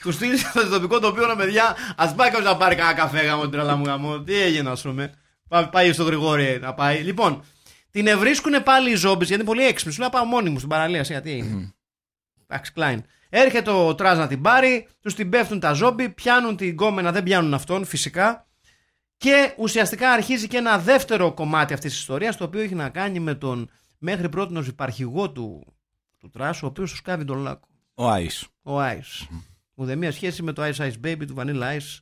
Του στείλει στο τοπικό τοπίο ρε παιδιά. Ας πάει κάποιος να πάρει κανένα καφέ γάμο την τρελά μου γάμο. Τι έγινε, ας πούμε. Πά- Πάει στο Γρηγόρι να πάει. Λοιπόν, την ευρίσκουν πάλι οι ζόμπις γιατί είναι πολύ έξυπνη. Σου λέει «Α, πάω μόνη μου στην παραλία. σιγά, τι έγινε. Εντάξει, Κλάιν. Έρχεται ο Τράζ να την πάρει, τους την πέφτουν τα ζόμπι, πιάνουν την κόμενα, δεν πιάνουν αυτόν φυσικά. Και ουσιαστικά αρχίζει και ένα δεύτερο κομμάτι αυτής της ιστορίας, το οποίο έχει να κάνει με τον μέχρι πρώτη υπαρχηγό του, του Τράζ, ο οποίος τους σκάβει τον λάκκο Ο Άις. ο Ice. Ουδέμια σχέση με το Ice Ice Baby του Vanilla Ice.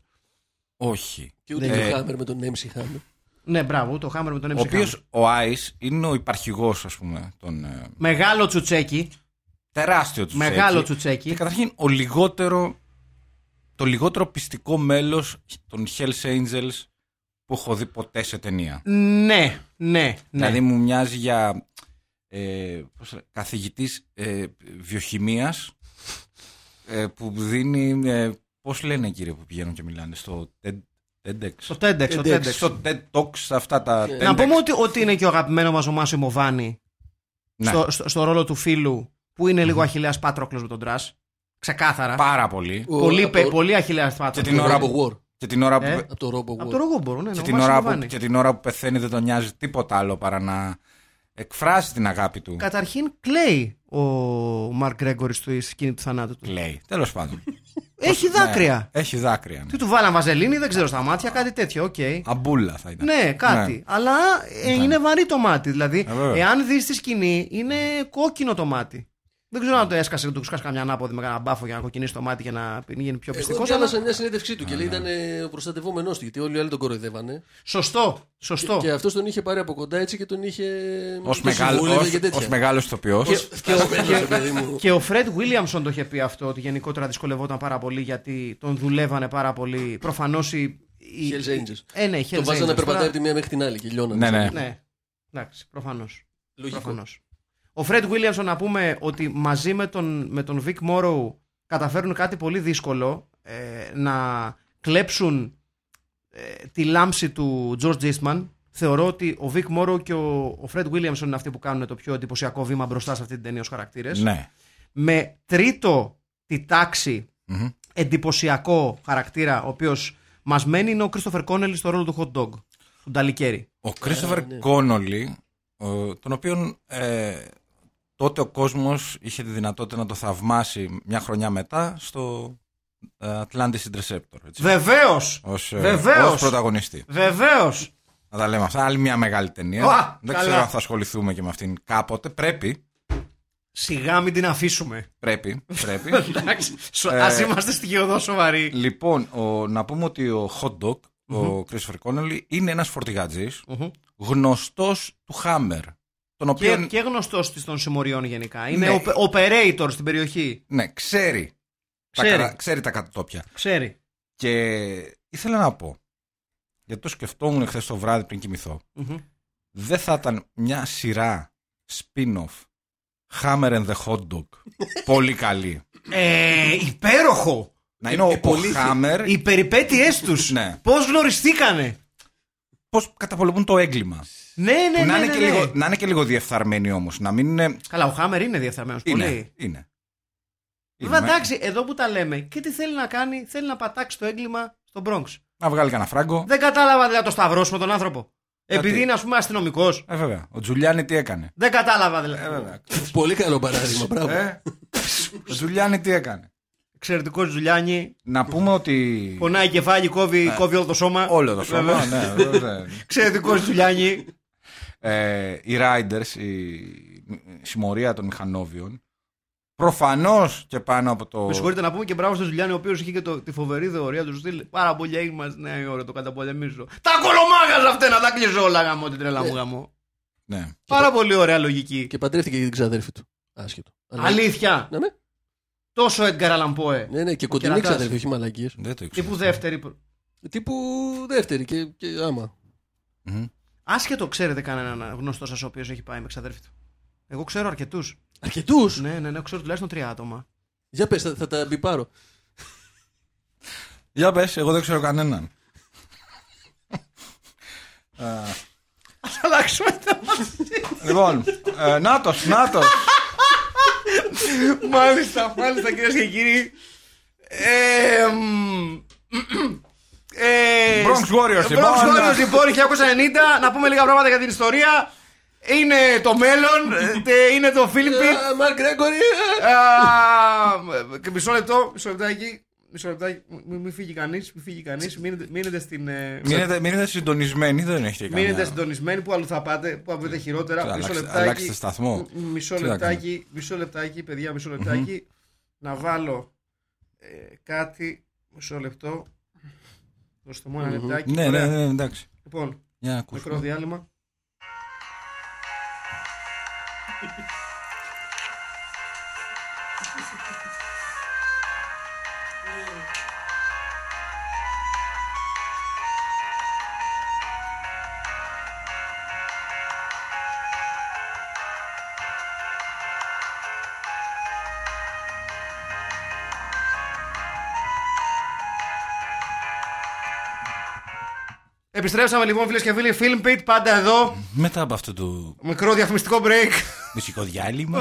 Όχι. Και ούτε Ε, το Χάμερ με τον MC Χάμερ. Ναι, μπράβο, το Hammer με τον MC. Ο οποίος Hammer. ο Άις είναι ο υπαρχηγός, ας πούμε, των. ε, Μεγάλο τσουτσέκι. τεράστιο τσουτσέκι. Μεγάλο Και τσουτσέκι. καταρχήν ο λιγότερο. Το λιγότερο πιστικό μέλος των Hells Angels που έχω δει ποτέ σε ταινία. Ναι, ναι, ναι. Δηλαδή μου μοιάζει για. Ε, πώς λέ- καθηγητής ε, βιοχημίας ε, που δίνει ε, Πώς λένε κύριε που πηγαίνουν και μιλάνε στο TED, TEDx. Ε, Στο TEDx. στο TEDx. TEDx. Ε, Στο TED Talks, αυτά τα. Να Να TEDx. πούμε ότι, ότι είναι και ο αγαπημένος μας ο Μάσιμο Μοβάνη Ναι. στο, στο, στο ρόλο του φίλου που είναι λίγο αχιλέα Πάτροκλος με τον Τρας. Ξεκάθαρα. Πάρα πολύ. Ο- Πολύ, πε- ο- πολύ αχιλέα Και Πάτροκλο. την ώρα που. War. Και την ώρα που, Ε, Από το Robo Από War. το ρογόμπορ, ναι, και ο την Μάσιμο ώρα που, Μοβάνη. και την ώρα που πεθαίνει δεν τον νοιάζει τίποτα άλλο παρά να εκφράσει την αγάπη του. Καταρχήν κλαίει ο Μαρκ Γκρέγκορη στη σκηνή του θανάτου του. Λέει. Τέλος πάντων. Έχει δάκρυα. Ναι, έχει δάκρυα. ναι. Τι του βάλαν βαζελίνη, δεν ξέρω στα μάτια, κάτι τέτοιο. Οκ. Αμπούλα θα ήταν. Ναι, κάτι. Ναι. Αλλά ε, είναι βαρύ το μάτι. Δηλαδή, Ε, βέβαια. εάν δεις τη σκηνή, είναι κόκκινο το μάτι. Δεν ξέρω αν το έσκασε, του σκάσε καμιά ανάποδη με κανένα μπάφο για να κοκκινήσει το μάτι και να γίνει πιο Ε, Εγώ πιστικός. διάβασα μια συνέντευξή του και Ναι, λέει ήταν ε, ο προστατευόμενός του γιατί όλοι οι άλλοι τον κοροϊδεύανε. Σωστό, σωστό. Και αυτός τον είχε πάρει από κοντά έτσι και τον είχε. Ως τον μεγάλο- συμβούλευε ως- και τέτοια. ως μεγάλος ηθοποιό. Και- και ο- και- παιδί μου. Και ο Φρεντ Βίλιαμσον το είχε πει αυτό, ότι γενικότερα δυσκολευόταν πάρα πολύ γιατί τον δουλεύανε πάρα πολύ. Προφανώς οι. οι- Hells Angels. Ε, ναι, οι Hells Τον βάζανε Angels. να περπατάει Τώρα- από τη μία μέχρι την άλλη και λιώνανε. Ναι, ναι. Ναι, εντάξει, προφανώς. Λογικό. Ο Φρεντ Βίλιαμσον να πούμε ότι μαζί με τον, με τον Vic Morrow καταφέρνουν κάτι πολύ δύσκολο ε, να κλέψουν ε, τη λάμψη του George Eastman. Θεωρώ ότι ο Vic Morrow και ο, ο Fred Williamson είναι αυτοί που κάνουν το πιο εντυπωσιακό βήμα μπροστά σε αυτή την ταινία ως χαρακτήρες. Ναι. Με τρίτο τη τάξη Μμμ. εντυπωσιακό χαρακτήρα ο οποίος μας μένει είναι ο Christopher Connelly στο ρόλο του Hot Dog, του Νταλικέρι. Ο Κρίστοφερ ναι. Κόνολι, ο- τον οποίον ε, τότε ο κόσμος είχε τη δυνατότητα να το θαυμάσει μια χρονιά μετά στο ε, Atlantis Interceptor. Έτσι, Βεβαίως! ως, ε, Βεβαίως. ως πρωταγωνιστή. Βεβαίως! Να τα λέμε αυτά. Άλλη μια μεγάλη ταινία. Ωα, Δεν καλά. ξέρω αν θα ασχοληθούμε και με αυτήν κάποτε. Πρέπει. Σιγά μην την αφήσουμε. Πρέπει. πρέπει. Εντάξει. Ε, Α είμαστε στοιχειοδό σοβαροί. λοιπόν, ο, να πούμε ότι ο Hot Dog, ο Κρίστοφερ Κόνολι, είναι ένας φορτηγατζής γνωστός του Hammer. Τον Και, οποίον και γνωστός της των συμμοριών γενικά. Είναι Ναι. ο operator στην περιοχή. Ναι, ξέρει. Ξέρει. Τα, κατα- ξέρει τα κατατόπια. Ξέρει. Και ήθελα να πω, γιατί το σκεφτόμουν χθες το βράδυ πριν κοιμηθώ, δεν θα ήταν μια σειρά spin-off Hammer and the Hot Dog πολύ καλή. Ε, υπέροχο! να είναι ο, ο Hammer Οι περιπέτειές τους. Ναι. Πώς γνωριστήκανε. πώς καταπολεμούν το έγκλημα. Ναι, ναι, Που να, ναι. ναι, είναι και ναι. Λίγο, να είναι και λίγο διεφθαρμένοι όμως. Να μην είναι... Καλά, ο Χάμερ είναι διεφθαρμένος Είναι. πολύ. είναι. Βέβαια, Είναι. ναι. εντάξει, εδώ που τα λέμε, και τι θέλει να κάνει, θέλει να πατάξει το έγκλημα στον Bronx. Να βγάλει κανένα φράγκο. Δεν κατάλαβα δηλαδή να το σταυρώσουμε τον άνθρωπο. Γιατί? Επειδή είναι, ας πούμε, αστυνομικός. Ε, βέβαια. Ο Τζουλιάνι τι έκανε. Δεν κατάλαβα δηλαδή. Ε, βέβαια. Πολύ καλό παράδειγμα, μπράβο. Ε, ο Τζουλιάνι τι έκανε. Εξαιρετικό Ζουλιάνι. Να πούμε ότι. Πονάει κεφάλι, Ναι. κόβει, κόβει όλο το σώμα. Όλο το σώμα. ναι, ναι, ναι. Εξαιρετικό Ζουλιάνι. ε, οι Riders, η η συμμορία των μηχανόβιων, προφανώς και πάνω από το. Με συγχωρείτε να πούμε και μπράβο στο Ζουλιάνι, ο οποίος είχε και το, τη φοβερή θεωρία του στείλει. Πάρα πολύ έγκλημα στη Νέα Υόρκη, το καταπολεμήσω. Τα κολομάγαζα αυτά να τα κλείσω όλα γαμό την τρέλα μου γαμό. Ναι. Πάρα πολύ ωραία λογική. Και παντρεύτηκε και την ξαδέρφη του. Άσχετο. Αλλά- Αλήθεια. Ναι, ναι. Τόσο Edgar Allan Poe. Ναι, ναι, και κοντινή Κερατάς. ξαδέρφη, όχι μαλακίες. Δεν το ήξερα. Τύπου δεύτερη. προ- Ναι. Τύπου δεύτερη και, και άμα. Μμμ. Άσχετο, ξέρετε κανέναν γνωστό σας ο οποίος έχει πάει με ξαδέρφη του. Εγώ ξέρω αρκετούς. Αρκετούς. Ναι, ναι, ναι, ξέρω τουλάχιστον τρία άτομα. Για πες, θα, θα τα μπιπάρω. Για πες, εγώ δεν ξέρω κανέναν. Α αλλάξουμε τα. λοιπόν, ε, Νάτο, Νάτο. Μάλιστα, μάλιστα κυρίες και κύριοι. Ε, μ, ε, Bronx Warriors, Bronx λοιπόν. Warriors λοιπόν, 1990. Να πούμε λίγα πράγματα για την ιστορία. Είναι το μέλλον, ε, είναι το Φίλιππι. Μαρκ Γκρέγκορη. Α, και μισό λεπτό, μισό λεπτάκι. Μισό λεπτάκι, μην μη φύγει κανείς, μην φύγει κανείς. Μείνετε, μείνετε στην. ε, μείνετε, μείνετε συντονισμένοι, δεν έχετε κανένα. Μείνετε συντονισμένοι που αλλού θα πάτε, που θα Ε, βρείτε χειρότερα. Αλλάξτε- Μισό αλλάξτε λεπτάκι. σταθμό. μ- Μισό Τι να λεπτάκι, μισό λεπτάκι, παιδιά, μισό λεπτάκι. Να βάλω ε, κάτι. Μισό λεπτό. Δώστε μου ένα λεπτάκι. Ναι, ναι, Ωραία. ναι, εντάξει. Λοιπόν, Για να μικρό ακούσουμε. διάλειμμα. Επιστρέψαμε λοιπόν, φίλες και φίλοι. Film Pit, πάντα εδώ. Μετά από αυτό το Μικρό διαφημιστικό break. μουσικό διάλειμμα.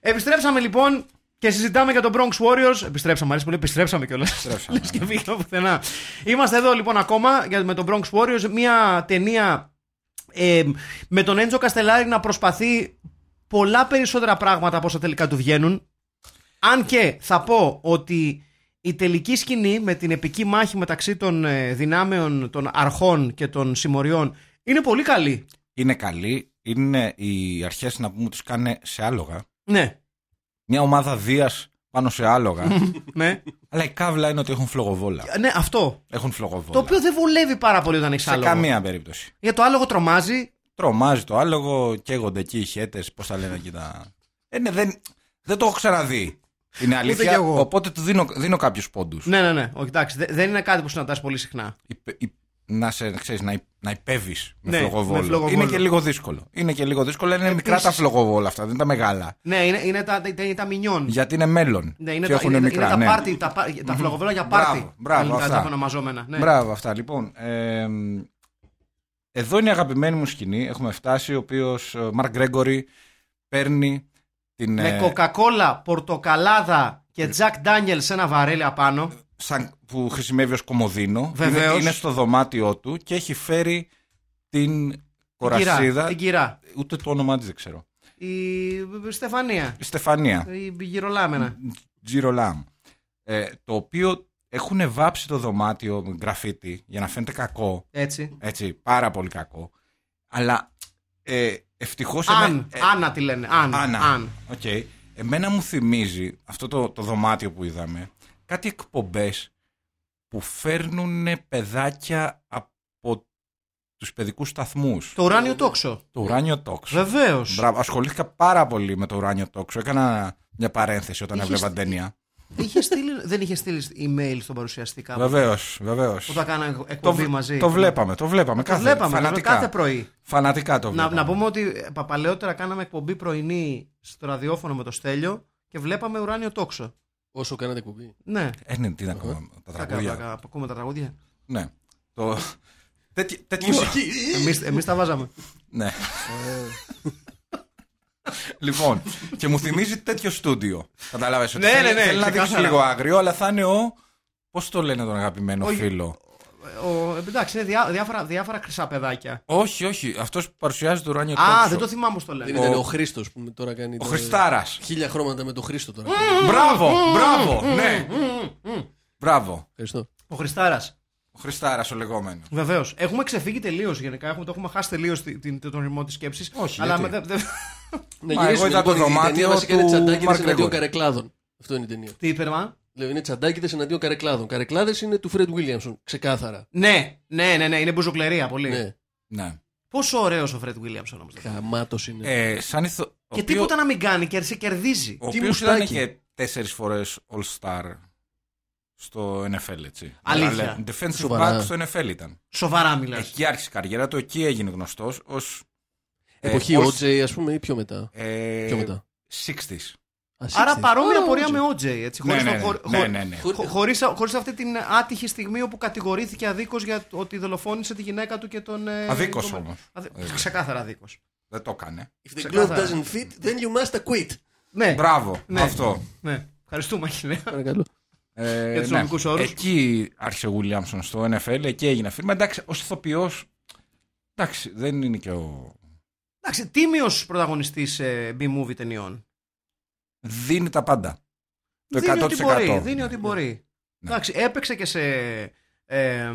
Επιστρέψαμε λοιπόν και συζητάμε για τον Bronx Warriors. Επιστρέψαμε, αρέσει πολύ, επιστρέψαμε κιόλας. Επιστρέψαμε, Λες και βγήκαμε πουθενά. Είμαστε εδώ λοιπόν ακόμα για- με τον Bronx Warriors. Μια ταινία ε, με τον Έντζο Καστελάρη να προσπαθεί πολλά περισσότερα πράγματα από όσα τελικά του βγαίνουν. Αν και θα πω ότι η τελική σκηνή με την επική μάχη μεταξύ των ε, δυνάμεων των αρχών και των συμμοριών είναι πολύ καλή. είναι καλή. Είναι οι αρχές να πούμε τους κάνε σε άλογα. Ναι, Μια ομάδα Δία πάνω σε άλογα. ναι. Αλλά η καύλα είναι ότι έχουν φλογοβόλα. ναι αυτό. Έχουν φλογοβόλα. Το οποίο δεν βολεύει πάρα πολύ όταν έχεις σε άλογο. καμία περίπτωση. Για το άλογο τρομάζει. Τρομάζει το άλογο, καίγονται εκεί οι χέτες, πώς τα λένε εκεί τα. Ε, ναι, δεν, δεν το έχω ξαναδεί. Είναι κι αλήθεια. εγώ. Οπότε του δίνω, δίνω κάποιους πόντους. Ναι, ναι, ναι. Όχι, εντάξει, δε- δεν είναι κάτι που συναντάς πολύ συχνά. Να, σε, ξέρεις, να, υ- να υπέβεις με Ναι, φλογοβόλο. με φλογοβόλο. Είναι και λίγο δύσκολο. Είναι και λίγο δύσκολο. Είναι μικρά τα φλογοβόλα αυτά, δεν είναι τα μεγάλα. Ναι, είναι, είναι τα, τα, είναι τα μινιόν. Γιατί είναι μέλλον. Ναι, είναι και τα, έχουν είναι, είναι μικρά. τα ναι. πάρτι, τα, πα- τα φλογοβόλα για Μπράβο, πάρτι. μπράβο, Ελληνικά αυτά. Τα έχουν ονομαζόμενα. Ναι. Μπράβο, αυτά. Λοιπόν, ε, εδώ είναι η αγαπημένη μου σκηνή. Έχουμε φτάσει, ο οποίος Μαρκ Γκρέγκορη παίρνει την. Με ε, κοκακόλα, πορτοκαλάδα και Τζακ Ντάνιελ σε ένα βαρέλι απάνω. σαν, που χρησιμεύει ως κομμωδίνο. Βεβαίως. Είναι, είναι στο δωμάτιό του και έχει φέρει Την την κυρά, κορασίδα. Την κυρά. Ούτε το όνομά της δεν ξέρω. Η Στεφανία. Η Στεφανία. Η γυρολάμενα. Τζίρο Λάμ. Ε, το οποίο έχουν βάψει το δωμάτιο με γραφίτι για να φαίνεται κακό. Έτσι. Έτσι, πάρα πολύ κακό. Αλλά ε, ευτυχώς. Αν, Άννα τη λένε. Αν. ε. Άννα. αν. Οκ. Εμένα μου θυμίζει αυτό το, το δωμάτιο που είδαμε κάτι εκπομπές που φέρνουν παιδάκια από τους παιδικούς σταθμούς. Το, Το ουράνιο τόξο. ουράνιο τόξο. Βεβαίως. Μπράβο, ασχολήθηκα πάρα πολύ με το ουράνιο τόξο. Έκανα μια παρένθεση όταν Είχες- έβλεπα ταινία. Είχε στείλει, δεν είχε στείλει email στον παρουσιαστή κάπου. Βεβαίως, βεβαίως. Που τα κάναμε Το, εκπομπή μαζί. το βλέπαμε, το βλέπαμε. Το κάθε, βλέπαμε το φανατικά, κάθε πρωί. φανατικά το Να, βλέπαμε. να πούμε ότι ε, πα- παλαιότερα κάναμε εκπομπή πρωινή στο ραδιόφωνο με το Στέλιο και βλέπαμε ουράνιο τόξο. Όσο κάνατε εκπομπή. Ναι. Ε, ναι, τι να ακούμε, τα Τα τραγούδια. κα- Ακούμε τα τραγούδια. Ναι. Το... Τέτοι, τέτοιο... Εμείς- Εμείς τα βάζαμε. Ναι. λοιπόν, και μου θυμίζει τέτοιο στούντιο. Καταλάβες ότι Ναι, θέλει, ναι, ναι, θέλει να δείξει ξεκάθαρα. λίγο άγριο, αλλά θα είναι ο. Πώς το λένε τον αγαπημένο Όχι. φίλο. Ε, ο- Εντάξει, είναι διά- διάφορα, διάφορα χρυσά παιδάκια. Όχι, όχι. Αυτός που παρουσιάζει το ουράνιο Α, τόξο. δεν το θυμάμαι πώς το Δεν λένε. ήταν ο Χρήστος που τώρα κάνει. Ο τα- Χριστάρας. Χίλια χρώματα με τον Χρήστο τώρα. Μπράβο, μπράβο, ναι. Μπράβο. Ευχαριστώ. Ο Χριστάρας. Ο Χριστάρας ο λεγόμενος. Βεβαίως. Έχουμε ξεφύγει τελείως γενικά. Έχουμε, το έχουμε χάσει τελείως τον ρημό της σκέψης. Όχι, Αλλά γιατί? με- δεν- δεν- Ναι, Μα, γυρίσουμε, εγώ είδα το λοιπόν, η δωμάτιο ταινία βασικά είναι του τσαντάκιδες Mark εναντίον Gregor. καρεκλάδων. Αυτό είναι η ταινία. Τι είπε, μα? Λέω, είναι τσαντάκιδες εναντίον καρεκλάδων. Καρεκλάδες είναι του Φρεντ Βίλιαμσον. Ξεκάθαρα. Ναι, ναι, ναι, ναι, είναι μπουζουκλερία πολύ. Ναι. Ναι. Πόσο ωραίος ο Φρέντ Βίλιαμσον όμω. Καμάτο είναι. Ε, σαν ηθο... ο δηλαδή. Και οποίο- τίποτα να μην κάνει και σε κερδίζει. Ο οποίο τι ήταν μουστάκι. και τέσσερις φορές All Star στο NFL, έτσι. Αλήθεια. Αλλά Defensive Σοβαρά. back στο NFL ήταν. Σοβαρά μιλάς. Εκεί άρχισε η καριέρα του, εκεί έγινε γνωστός ως. Εποχή OJ, ας πούμε, ή πιο μετά. Ε, Πιο μετά. Sixties. Α, Άρα sixties. παρόμοια Α, πορεία OJ. με OJ. Έτσι, Ναι, χωρίς ναι, το- χω- χω- ναι, ναι, ναι. Χω- χω- χωρίς, χωρίς αυτή την άτυχη στιγμή όπου κατηγορήθηκε αδίκως για το ότι δολοφόνησε τη γυναίκα του και τον... ε, Αδίκως τον- όμως. αδί- Ε. Ξεκάθαρα αδίκως. Δεν το έκανε. If the glove Ξεκάθαρα. doesn't fit, then you must quit. Ναι, Μπράβο, Ναι. αυτό. ναι. Ευχαριστούμε, Αχιλέα. Παρακαλώ. Ε, Για τους ναι. νομικούς όρους. Εκεί άρχισε ο Williamson στο NFL, εκεί έγινε φίρμα. Εντάξει, ως ηθοποιός. Εντάξει, δεν είναι και ο. Εντάξει, τίμιος πρωταγωνιστής ε, B-movie ταινιών. Δίνει τα πάντα. Το δίνει 100%. ό,τι μπορεί. Ναι. Δίνει ό,τι μπορεί. Ναι. Εντάξει, έπαιξε και σε, ε,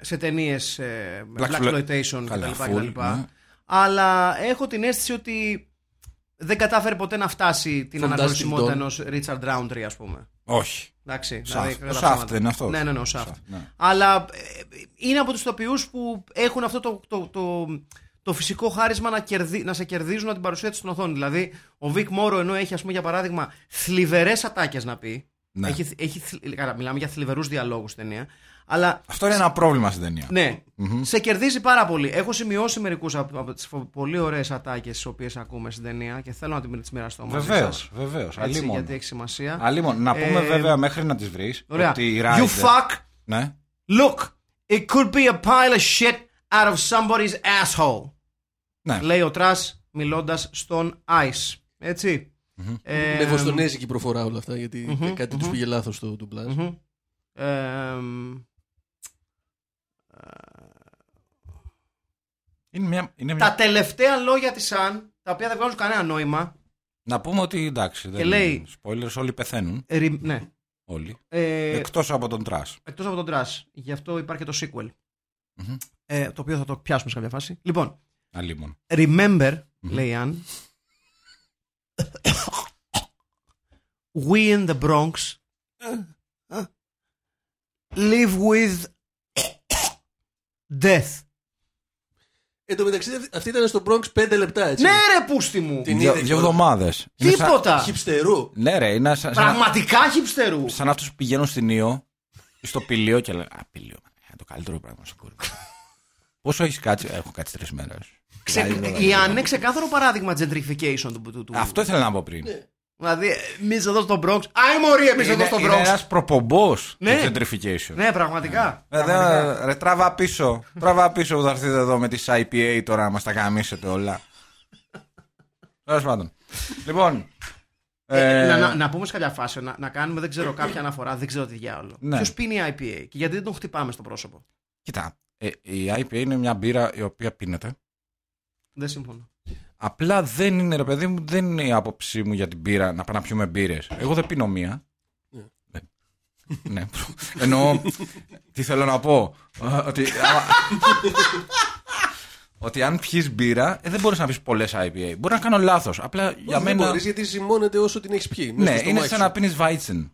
σε ταινίες ε, Black Black Flag. Exploitation Καλά, full, κτλ. ναι. Αλλά έχω την αίσθηση ότι δεν κατάφερε ποτέ να φτάσει την Fantastic αναγνωρισιμότητα Dawn. ενός Richard Roundtree, ας πούμε. Όχι. Εντάξει, Shaft. κατά τα Ο ψέματα. Shaft δεν είναι αυτός. Ναι, ναι, ναι, ο Shaft. ναι. Αλλά ε, είναι από τους τοπιούς που έχουν αυτό το, το, το, το φυσικό χάρισμα να, κερδί, να σε κερδίζουν από την παρουσία του στην οθόνη. Δηλαδή, ο Βικ Μόρο, ενώ έχει, ας πούμε, για παράδειγμα, θλιβερές ατάκες να πει. Ναι. Έχει, έχει, θλι- καλά, μιλάμε για θλιβερούς διαλόγους στην ταινία. Αλλά Αυτό είναι ένα πρόβλημα στην ταινία. ναι, σε κερδίζει πάρα πολύ. Έχω σημειώσει μερικούς από, από τις πολύ ωραίες ατάκες τις οποίες ακούμε στην ταινία και θέλω να την- τις μοιραστώ μαζί Βεβαίως, σας. βεβαίως. Έτσι, Αλλήμον. γιατί έχει σημασία. Αλλήμον. Να πούμε Ε, βέβαια μέχρι να τις βρεις. Ωραία. Ότι η You Ryder- fuck, Ναι. look. It could be a pile of shit out of somebody's asshole. Ναι. Λέει ο Τρας μιλώντας στον Ice. ετσι Ε, Με βοστονέζικη προφορά όλα αυτά, γιατί κάτι τους πήγε λάθος το ντουμπλάζ. Μμμ. Εμ, Είναι μια, είναι μια... τα τελευταία λόγια της Σαν, τα οποία δεν βγάζουν κανένα νόημα, Να πούμε ότι εντάξει. Δεν Και λέει- Spoilers, όλοι πεθαίνουν. ρι- ναι, Όλοι. ε, Εκτός από τον τρας. εκτός από τον Τρας. Γι' αυτό υπάρχει και το sequel, Μμμ. ε, το οποίο θα το πιάσουμε σε κάποια φάση. Λοιπόν, Αλίμον. remember, λέει η Αν, we in the Bronx live with death. Εν τω μεταξύ, αυτή- αυτή ήταν στο Bronx 5 λεπτά, έτσι. Ναι ρε πούστη μου! Την Δύο, είδες, δύο τώρα. εβδομάδες. Είναι σαν- ε, Τίποτα! Χιψτερού. Ναι, ρε, είναι σαν, σαν, Πραγματικά χιψτερού! σαν αυτούς που πηγαίνουν στην Ήο, στο πηλίο και λένε Α, πηλίο. Είναι το καλύτερο πράγμα στον κόσμο. Πόσο έχεις κάτσει, Έχω κάτσει τρεις μέρες. Ξε- Η Άννα είναι ξεκάθαρο παράδειγμα gentrification του. του, του. Αυτό ήθελα να πω πριν. Δηλαδή, εμείς εδώ στο Bronx. Άι, μωρή, εμείς εδώ στο Bronx. ένας προπομπός Ναι. του gentrification. Ναι, πραγματικά. Ε, δεν- ρε, τραβά πίσω. Τραβά πίσω που θα έρθετε εδώ με τις IPA τώρα να μας τα γαμίσετε όλα. Τέλος πάντων. Λοιπόν. ε, Να, να, να πούμε σε κάποια φάση, να, να κάνουμε, δεν ξέρω, κάποια αναφορά, δεν ξέρω τι διάολο. Ναι. Ποιος πίνει IPA και γιατί δεν τον χτυπάμε στο πρόσωπο. Κοίτα, ε, η IPA είναι μια μπύρα η οποία πίνεται. Δεν συμφωνώ. Απλά δεν είναι, ρε παιδί μου, δεν είναι η άποψή μου για την πύρα να πάμε να πιούμε μπύρες. Εγώ δεν πίνω μία. Ναι. ναι. Εννοώ. τι θέλω να πω. ε, ότι, άμα- ότι αν πιεις μπύρα, ε, δεν μπορείς να πεις πολλές IPA. Μπορεί να κάνω λάθος. Απλά για Δεν μένα. μπορείς γιατί ζυμώνεται όσο την έχεις πιει. μέσα Ναι, στο είναι στομάχι σαν σου. να πίνει Weizen.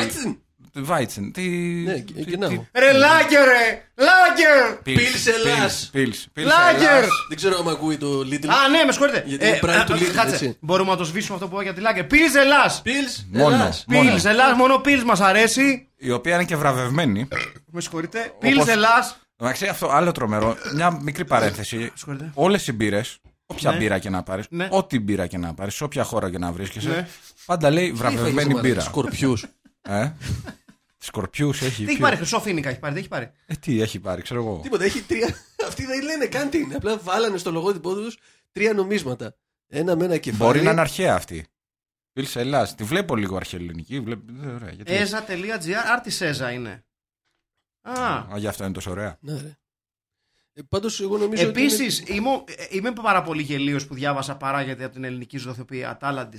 Άιτσιν. Weizen. Τι. Ναι, και- και να μου. Ρε λάγκερ, ρε! Λάγκερ! Πίλς Ελλάς. Πίλς. πίλς Λάγκερ! Ελλάς. Δεν ξέρω αν ακούει το Little. Α, ναι, με συγχωρείτε. Γιατί είναι brand του Lidl, κάτσε. έτσι. Μπορούμε να το σβήσουμε αυτό που είπα για τη Λάγκερ. Πίλ Ελλά! Πίλς Μόνο. Ελλάς. μόνο. Πίλ Ελλά, μόνο πίλ μας αρέσει. Η οποία είναι και βραβευμένη. Με συγχωρείτε. Πίλ Ελλά. Εντάξει, αυτό άλλο τρομερό. Μια μικρή παρένθεση. Συγχωρείτε. Όλες οι μπύρες, όποια Ναι. μπύρα και να πάρεις, Ναι. ό,τι μπύρα και να πάρεις, σε όποια χώρα και να βρίσκεσαι, Ναι. πάντα λέει Τι έφαγες, βραβευμένη μάνα, μπύρα. Σκορπιούς. Ε? Σκορπιούς έχει. Τι έχει ποιο- πάρει, Χρυσό Φίνικα έχει πάρει, δεν έχει πάρει. Ε, τι έχει πάρει, ξέρω εγώ. Τίποτα, έχει τρία. Αυτοί δεν λένε καν τι είναι. Απλά βάλανε στο λογότυπό τους τρία νομίσματα. Ένα με ένα κεφάλι. Μπορεί να είναι αρχαία αυτή. Πήλσε Ελλά. Τη βλέπω λίγο αρχαιοελληνική. Βλέπω... δεν, Ωραία, γιατί... Ε, Eza.gr, άρτη Σέζα είναι. Α. Α, γι' αυτό είναι τόσο ωραία. Ναι, ρε. Ε, πάντως εγώ νομίζω ότι Επίσης, είμαι, ε, είμαι πάρα πολύ γελίος που διάβασα παράγεται από την ελληνική ζωοθοποιία Τάλαντη.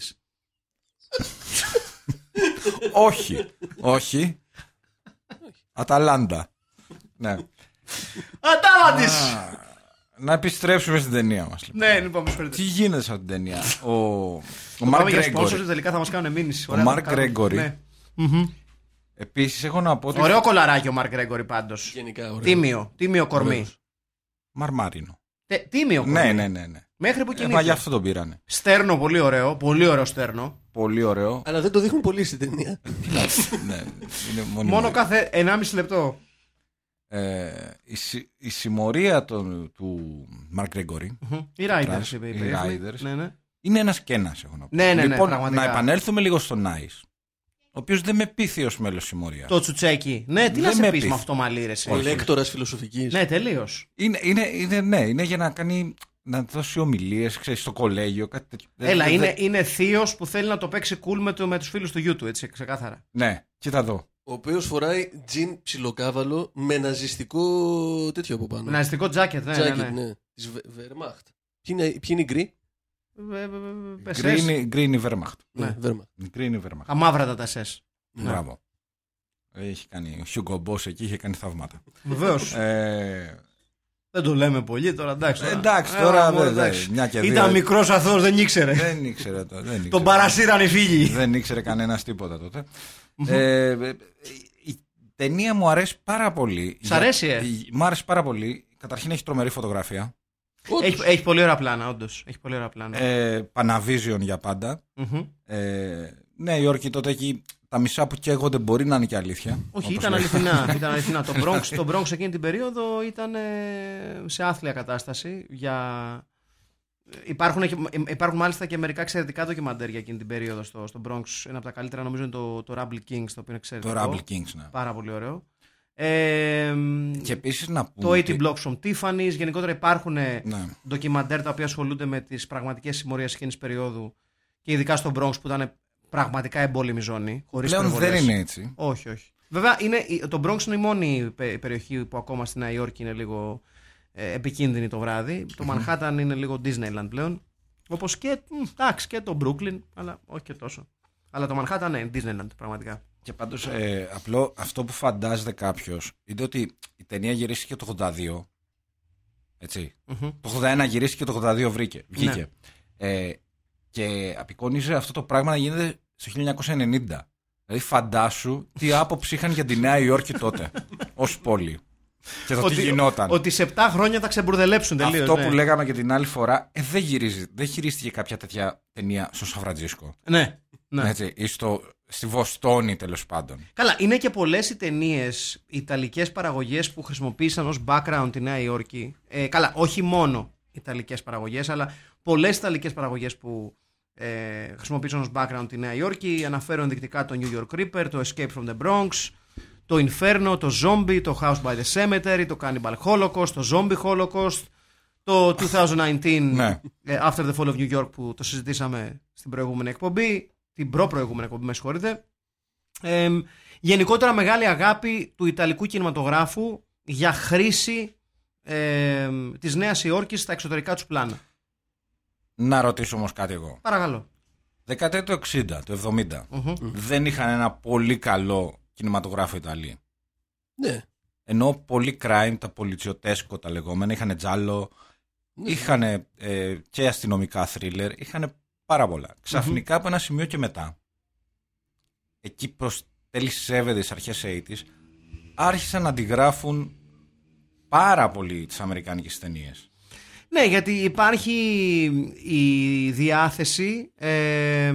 όχι. Όχι. Αταλάντα. ναι. Ατάλαντη! Να επιστρέψουμε στην ταινία μας. Ναι, λοιπόν, με συγχωρείτε. Τι γίνεται σαν την ταινία. Ο, ο Μαρκ Πάμε για Γκρέγκορ. sponsors, τελικά θα μας κάνουν μήνυση. Ο Ωραία, θα Mark το κάνουμε. Gregory. Ναι. Επίσης, έχω να πω ότι. Ωραίο κολαράκι ο Μαρκ Γκρέγκορη πάντως. γενικά ωραίο. Τίμιο, τίμιο κορμί. Ωραίος. Μαρμάρινο. Τε- Τίμιο κορμί. Ναι, ναι, ναι. ναι. Μέχρι που Ε, μα γι' κινείται. αυτό τον πήρανε. Στέρνο, πολύ ωραίο. Πολύ ωραίο στέρνο. Πολύ ωραίο. Αλλά δεν το δείχνουν πολύ στην ταινία. ναι, είναι μόνο. Μόνο κάθε 1,5 λεπτό. ε, η, συ- η συμμορία των- του Μαρκ Γκρέγκορη Οι Riders, Trans- είπε. οι περίφημοι. Riders. Ναι, ναι. είναι ένας και ένας, έχω να πω. Ναι, ναι, ναι, λοιπόν, πραγματικά. να επανέλθουμε λίγο στον Άι, ο οποίος δεν με πείθει ως μέλος συμμορίας. Το τσουτσέκι. Ναι, τι να Δεν σε με πεις πείθει. με αυτό μαλλί, ρε. εσύ. Ο λέκτορα φιλοσοφικής. Ναι, τελείως. Είναι, είναι, είναι, ναι, είναι για να κάνει. Να δώσει ομιλίες, ξέρεις, στο κολέγιο, κάτι τέτοιο. Δεν- Έλα, δεν- είναι, δεν- είναι θείος που θέλει να το παίξει cool με, το, με τους φίλους του γιού του, έτσι, ξεκάθαρα. Ναι, κοίτα εδώ. Ο οποίος φοράει τζιν ψιλοκάβαλο με ναζιστικό τέτοιο από πάνω. Ναζιστικό τζάκετ, ναι, Τζάκετ, ναι. ναι. ναι. Τη Βερμάχτ. Ποιοι είναι, ποιοι είναι οι γκρι. Ε, ε, ε, ε, SS. Γκρίνι Γκρίνι Βέρμαχτ. Ναι. Ναι, Wehrmacht. Γκρίνι Βέρμαχτ. Αμαύρατα τα SS. Ναι. Μπράβο. Έχει κάνει. Ο Χιούγκο Μπό εκεί είχε κάνει θαυμάτα. Βεβαίως. Ε, δεν το λέμε πολύ τώρα, εντάξει. τώρα. εντάξει, Ε, τώρα μόνο, δεν εντάξει. δε, μια και δύο. Ήταν μικρός αθώος, δεν ήξερε. Δεν ήξερε το. Δεν ήξερε, Τον παρασύραν οι φίλοι. Δεν ήξερε κανένας τίποτα τότε. ε, ε, η ταινία μου αρέσει πάρα πολύ. Σ' αρέσει, ε? η- Μ' αρέσει πάρα πολύ. Καταρχήν έχει τρομερή φωτογραφία. Όντως. Έχει, έχει πολύ ωραία πλάνα, όντως. Έχει πολύ ωραία πλάνα. Ε, Panavision για πάντα. Μμμ. Ε, Νέα Υόρκη τότε εκεί τα μισά που καίγονται μπορεί να είναι και αλήθεια. Όχι, Όπως ήταν λέει. αληθινά. ήταν αληθινά. Το, Bronx, το Bronx εκείνη την περίοδο ήταν ε, σε άθλια κατάσταση. Για... ε, Υπάρχουν, και- υπάρχουν μάλιστα και μερικά εξαιρετικά ντοκιμαντέρ για εκείνη την περίοδο στο, στο Bronx. Ένα από τα καλύτερα νομίζω είναι το, το Rumble Kings, το οποίο είναι Το εξαιρετικό. Rumble Kings, ναι. Πάρα πολύ ωραίο. Ε, Και επίσης να το πούμε. 80 ότι- Blocks from Tiffany's. Γενικότερα υπάρχουν ε, Ναι. ντοκιμαντέρ τα οποία ασχολούνται με τις πραγματικές συμμορίες εκείνης περίοδου και ειδικά στον Bronx που ήταν πραγματικά εμπόλεμη ζώνη. Χωρίς Πλέον δεν υπερβολές. είναι έτσι. Όχι, όχι. Βέβαια, είναι, η- το Bronx είναι η μόνη πε- περιοχή που ακόμα στη Νέα Υόρκη είναι λίγο ε, επικίνδυνη το βράδυ. Το Manhattan είναι λίγο Disneyland πλέον. Όπως και, μ, εντάξει, και το Brooklyn, αλλά όχι και τόσο. Αλλά το Manhattan ναι, είναι Disneyland, πραγματικά. Και πάντως ε, απλό αυτό που φαντάζεται κάποιος είναι ότι η ταινία γυρίστηκε το 82. Έτσι. Μμμ. Το 81 γυρίστηκε το 82 βρήκε, βγήκε. Ναι. Ε, και απεικόνιζε αυτό το πράγμα να γίνεται στο 1990. Δηλαδή φαντάσου τι άποψη είχαν για τη Νέα Υόρκη τότε ως πόλη. Και το τι γινόταν. ότι σε 7 χρόνια θα ξεμπουρδελέψουν τελείως. αυτό ναι. που λέγαμε και την άλλη φορά ε, δεν, γυρίζει, δεν γυρίστηκε κάποια τέτοια ταινία στο Σαφραντζίσκο. Ναι. ναι. Έτσι, ή στο, στη Βοστόνη τέλος πάντων. Καλά, είναι και πολλές οι ταινίες, ιταλικές παραγωγές που χρησιμοποίησαν ως background τη Νέα Υόρκη. Ε, καλά, όχι μόνο ιταλικές παραγωγές, αλλά πολλές ιταλικές παραγωγές που ε, χρησιμοποίησαν ως background τη Νέα Υόρκη. Αναφέρω ενδεικτικά το New York Reaper, το Escape from the Bronx, το Inferno, το Zombie, το House by the Cemetery, το Cannibal Holocaust, το Zombie Holocaust, το 2019 Ναι. ε, After the Fall of New York που το συζητήσαμε στην προηγούμενη εκπομπή, την προ-προηγούμενη εκπομπή, με συγχωρείτε. Ε, γενικότερα μεγάλη αγάπη του Ιταλικού κινηματογράφου για χρήση ε, της Νέας Υόρκης στα εξωτερικά τους πλάνα. Να ρωτήσω όμως κάτι εγώ. Παρακαλώ. Δεκαετία του 60, του 70, Μμμ. δεν είχαν ένα πολύ καλό κινηματογράφο Ιταλοί. Ναι. Ενώ πολύ crime, τα πολιτσιοτέσκο τα λεγόμενα, είχαν τζάλο, ναι. είχαν ε, και αστυνομικά θρίλερ, είχαν πάρα πολλά. Ξαφνικά από ένα σημείο και μετά, εκεί προς τέλη 70s, αρχές 80s, άρχισαν να αντιγράφουν πάρα πολύ τις αμερικάνικες ταινίες. Ναι, γιατί υπάρχει η διάθεση ε,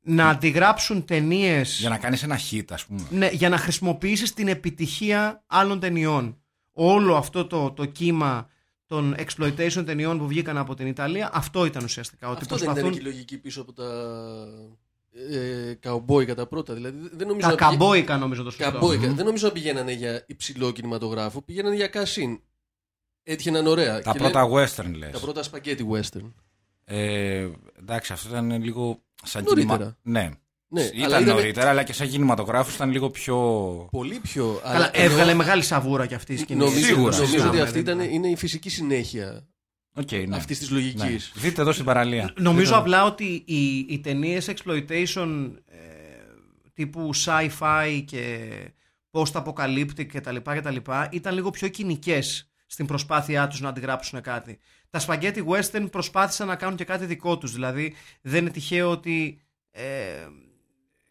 να αντιγράψουν ταινίες Για να κάνεις ένα hit, ας πούμε. Ναι, για να χρησιμοποιήσεις την επιτυχία άλλων ταινιών. Όλο αυτό το, το κύμα των exploitation ταινιών που βγήκαν από την Ιταλία, αυτό ήταν ουσιαστικά. Ότι Αυτό δεν προσπαθούν ήταν και η λογική πίσω από τα ε, καουμπόικα τα πρώτα. Δηλαδή, δεν νομίζω τα να πηγα- καμπόικα νομίζω το σωστό. Καμπόικα. Δεν νομίζω να πηγαίνανε για υψηλό κινηματογράφο, πηγαίνανε για κασίν. Έτυχαιναν ωραία. Τα Και πρώτα λένε- western λες. τα πρώτα σπαγκέτι western. Ε, εντάξει, αυτό ήταν λίγο σαν Νωρίτερα. κινημα- Ναι. Ναι, ήταν αλλά ήταν νωρίτερα, αλλά και σαν κινηματογράφος ήταν λίγο πιο. πολύ πιο. Καλά, έβγαλε μεγάλη σαβούρα κι αυτή η σκηνή. Νομίζω, Σίγουρα. νομίζω Σίγουρα. ότι αυτή ήταν, είναι η φυσική συνέχεια Οκ, ναι. αυτής της Ναι. λογική. Δείτε εδώ στην παραλία. Νομίζω απλά ότι οι, οι ταινίες exploitation ε, τύπου sci-fi και post-apocalyptic κτλ. κτλ ήταν λίγο πιο κοινικές στην προσπάθειά τους να αντιγράψουν κάτι. Τα σπαγκέτι western προσπάθησαν να κάνουν και κάτι δικό τους. Δηλαδή δεν είναι τυχαίο ότι ε,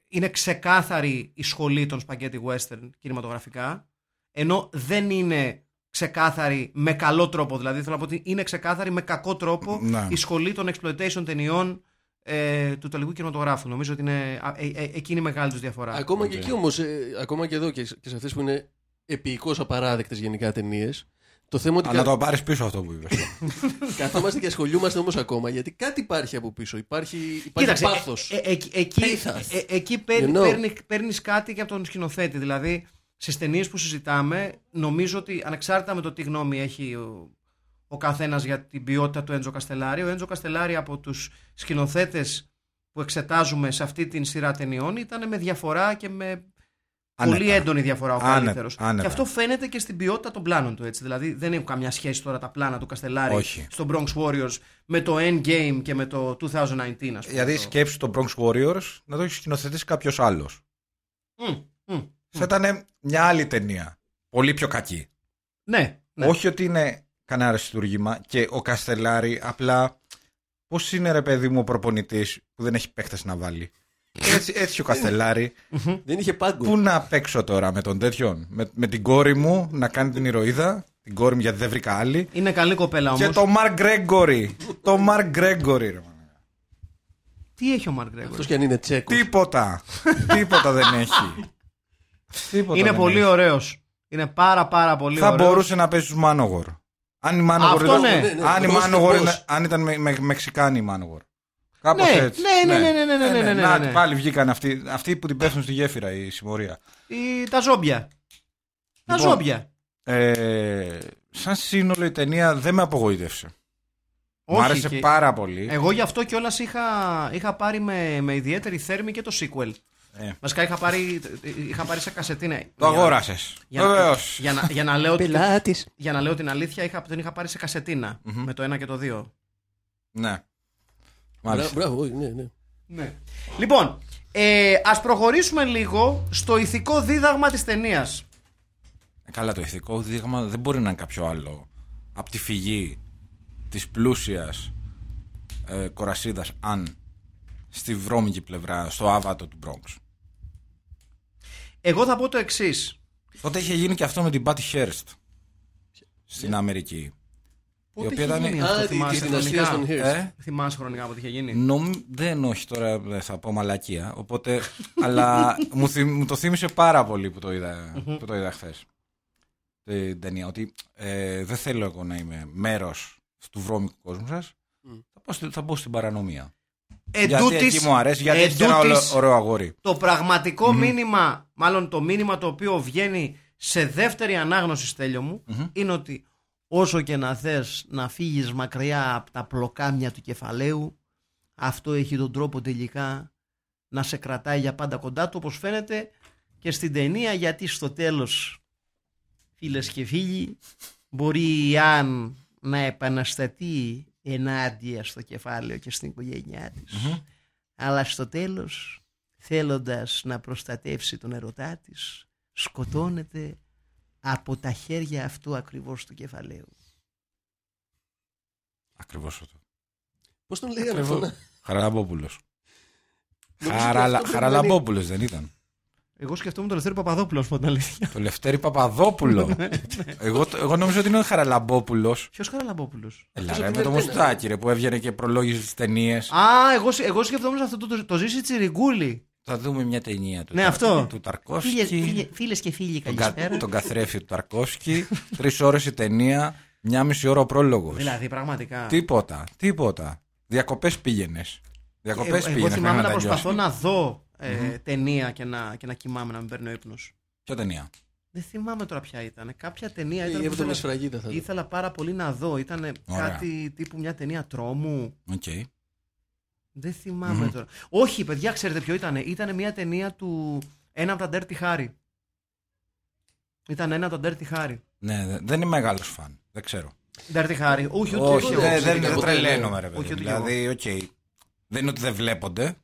είναι ξεκάθαρη η σχολή των σπαγκέτι western κινηματογραφικά ενώ δεν είναι ξεκάθαρη με καλό τρόπο. Δηλαδή θέλω να πω ότι είναι ξεκάθαρη με κακό τρόπο Ναι. η σχολή των exploitation ταινιών ε, του τελικού κινηματογράφου. Νομίζω ότι είναι α, ε, ε, εκείνη η μεγάλη τους διαφορά. Ναι. Ακόμα και εκεί όμως, ακόμα και εδώ και, σε- και σε αυτές που είναι επίοικως απαράδεκτες γενικά ταινίες, το θέμα ότι Αλλά κα- το πάρεις πίσω αυτό που είπες. καθόμαστε και ασχολούμαστε όμως ακόμα γιατί κάτι υπάρχει από πίσω. Υπάρχει, υπάρχει Κοίταξε, πάθος. ε, ε, ε, εκεί, Πέθας. ε, εκεί παίρνει, You know. παίρνει, παίρνεις κάτι και από τον σκηνοθέτη. Δηλαδή, στις ταινίες που συζητάμε, νομίζω ότι ανεξάρτητα με το τι γνώμη έχει ο, ο καθένας για την ποιότητα του Έντζο Καστελάρη, ο Έντζο Καστελάρη από τους σκηνοθέτες που εξετάζουμε σε αυτή την σειρά ταινιών ήταν με διαφορά και με Άνετα. πολύ έντονη διαφορά ο Άνετα, καλύτερος. άνετα. Και αυτό φαίνεται και στην ποιότητα των πλάνων του. Έτσι. Δηλαδή δεν έχουν καμιά σχέση τώρα τα πλάνα του Καστελάρη Όχι. στο Bronx Warriors με το Endgame και με το 2019, ας πούμε. Δηλαδή, Το- σκέψου τον Bronx Warriors να το έχει σκηνοθετήσει κάποιος άλλος. Ναι. Μμ, μμ. Θα ήταν μια άλλη ταινία. Πολύ πιο κακή. Ναι, ναι. Όχι ότι είναι κανένα αριστούργημα και ο Καστελάρη απλά. Πώς είναι ρε παιδί μου ο προπονητής που δεν έχει παίχτε να βάλει. Έτσι, έτσι ο Καστελάρη. ε, Δεν είχε πάγκο. Πού να παίξω τώρα με τον τέτοιον. Με, με την κόρη μου να κάνει την ηρωίδα. Την κόρη μου γιατί δεν βρήκα άλλη. Είναι καλή κοπέλα όμω. Και το Μαρκ Γκρέγκορι. το Μαρκ Γκρέγκορι. ρε μάνα. Τι έχει ο Μαρκ Γκρέγκορ. Αυτός κι αν είναι τσέκος. Τίποτα. Τίποτα δεν έχει. Τίποτα Είναι δεν πολύ έχει. ωραίος. Είναι πάρα πάρα πολύ Θα ωραίος. μπορούσε να παίζει του Μάνογορ. Αν η Μάνογορ Αυτό ήταν. ναι. Ναι, ναι, Αν, η πώς, Manowar πώς. ήταν- αν ήταν με, με, Μεξικάνη η Μάνογορ. Κάπως Ναι, έτσι. ναι, ναι, ναι, ναι, ναι, ναι, ναι, ναι, Να, ναι. Πάλι βγήκαν αυτοί, αυτοί που την πέφτουν στη γέφυρα η συμμορία. Ή τα ζόμπια. Τα Λοιπόν, ζόμπια. Ε, σαν σύνολο η ταινία δεν με απογοήτευσε. Μ' Όχι, άρεσε και- Ε, πάρα πολύ. Εγώ γι' αυτό κιόλας είχα, είχα πάρει με, με ιδιαίτερη θέρμη και το sequel. Ε, Βασικά είχα πάρει, είχα πάρει σε κασετίνα. το Για- αγόρασες. Για, να- Βεβαίως. για, να, για, να λέω, Πελάτης. για να λέω την αλήθεια, είχα, τον είχα πάρει σε κασετινα με το ένα και το δύο. Ναι. Μάλιστα. Μπράβο, όχι, ναι, ναι. Ναι. Λοιπόν, ε, ας προχωρήσουμε λίγο στο ηθικό δίδαγμα της ταινίας. Ε, Καλά, το ηθικό δείγμα δεν μπορεί να είναι κάποιο άλλο από τη φυγή της πλούσιας ε, κορασίδας, αν στη βρώμικη πλευρά, στο άβατο του Bronx. Εγώ θα πω το εξής. Τότε είχε γίνει και αυτό με την Patty Hearst στην Αμερική. Πότε οποία είχε ήταν- γίνει Α, Ε, αυτό, τη- θυμάσαι τη δυναστεία των χρονικά. Hearst. Ε, Θυμάσαι χρονικά πότε είχε γίνει. νομ, δεν, όχι τώρα δεν θα πω μαλακία. Οπότε, αλλά μου, θυ- μου το θύμισε πάρα πολύ που το είδα, που το είδα χθες. Την ταινία. Ότι ε, δεν θέλω εγώ να είμαι μέρος του βρώμικου κόσμου σας. Θα, πάω στη- θα μπω στην παρανομία. Εν γιατί τούτης- εκεί μου αρέσει, γιατί εν έχει ένα ωραίο, τούτης, ωραίο αγόρι. το πραγματικο μήνυμα, μάλλον το μήνυμα το οποίο βγαίνει σε δεύτερη ανάγνωση, Στέλιο μου, είναι ότι όσο και να θες να φύγεις μακριά από τα πλοκάμια του κεφαλαίου, αυτό έχει τον τρόπο τελικά να σε κρατάει για πάντα κοντά του, όπως φαίνεται και στην ταινία, γιατί στο τέλος, φίλες και φίλοι, μπορεί η αν να επαναστατεί ενάντια στο κεφάλαιο και στην οικογένειά της. Αλλά στο τέλος, θέλοντας να προστατεύσει τον ερωτά της, σκοτώνεται από τα χέρια αυτού ακριβώς του κεφαλαίου. Ακριβώς αυτό. Πώς τον λέγανε αυτό. να- Χαραλαμπόπουλος. Νομίζω ότι αυτό πρέπει να είναι- Χαραλαμπόπουλος δεν ήταν. Εγώ σκεφτόμουν τον Ελευθέρη Παπαδόπουλο, να σου πω την αλήθεια. Το Λευτέρη Παπαδόπουλο. εγώ, το- εγώ νόμιζα ότι είναι ο Χαραλαμπόπουλος. Ποιος Καραλαμπόπουλο. Ελά, Αυτός ρε, από με το την Ελτένα. μουστάκι, ρε, που έβγαινε και προλόγιζε τις ταινίες. Α, εγώ, σκ- εγώ σκεφτόμουν αυτό το, το, το ζήσει τσιριγκούλι. Θα δούμε μια ταινία του, Ναι, Ταρ- αυτό. του Φίλες, Ταρκόφσκι. φίλες και φίλοι, Τον, κα- καλησπέρα. τον καθρέφτη του Ταρκόφσκι. Τρεις ώρες η ταινία, μια μισή ώρα ο πρόλογος. Δηλαδή, πραγματικά. Τίποτα, τίποτα. Διακοπές πήγαινες. Διακοπές Ε, εγώ, εγώ πήγαινες. θυμάμαι να τα προσπαθώ νιώσεις. να δω ε, ταινία και να, και να κοιμάμαι να μην παίρνω ύπνος. Ποια ταινία. Δεν θυμάμαι τώρα ποια ήταν. Κάποια ταινία ήταν. Η που έβδομη ήθελα- σφραγίδα θα ήταν. Ήθελα πάρα πολύ να δω. Ήταν Ωραία. κάτι τύπου μια ταινία τρόμου. Οκ. Δεν θυμάμαι τώρα. Όχι, παιδιά, ξέρετε ποιο ήταν. Ήταν μια ταινία του. Ένα από τα Dirty Harry. Ήταν ένα από τα Dirty Harry. Ναι, δε- δεν είμαι μεγάλος φαν. Δεν ξέρω. Dirty Harry. Όχι, ούτε Όχι, ούτε δεν εγώ, δεν- ούτε δεν εγώ, ούτε τρελαίνομαι, ρε εγώ. παιδί. Ούτε μου. εγώ. Δηλαδή, οκ. Δεν είναι ότι δεν βλέπονται.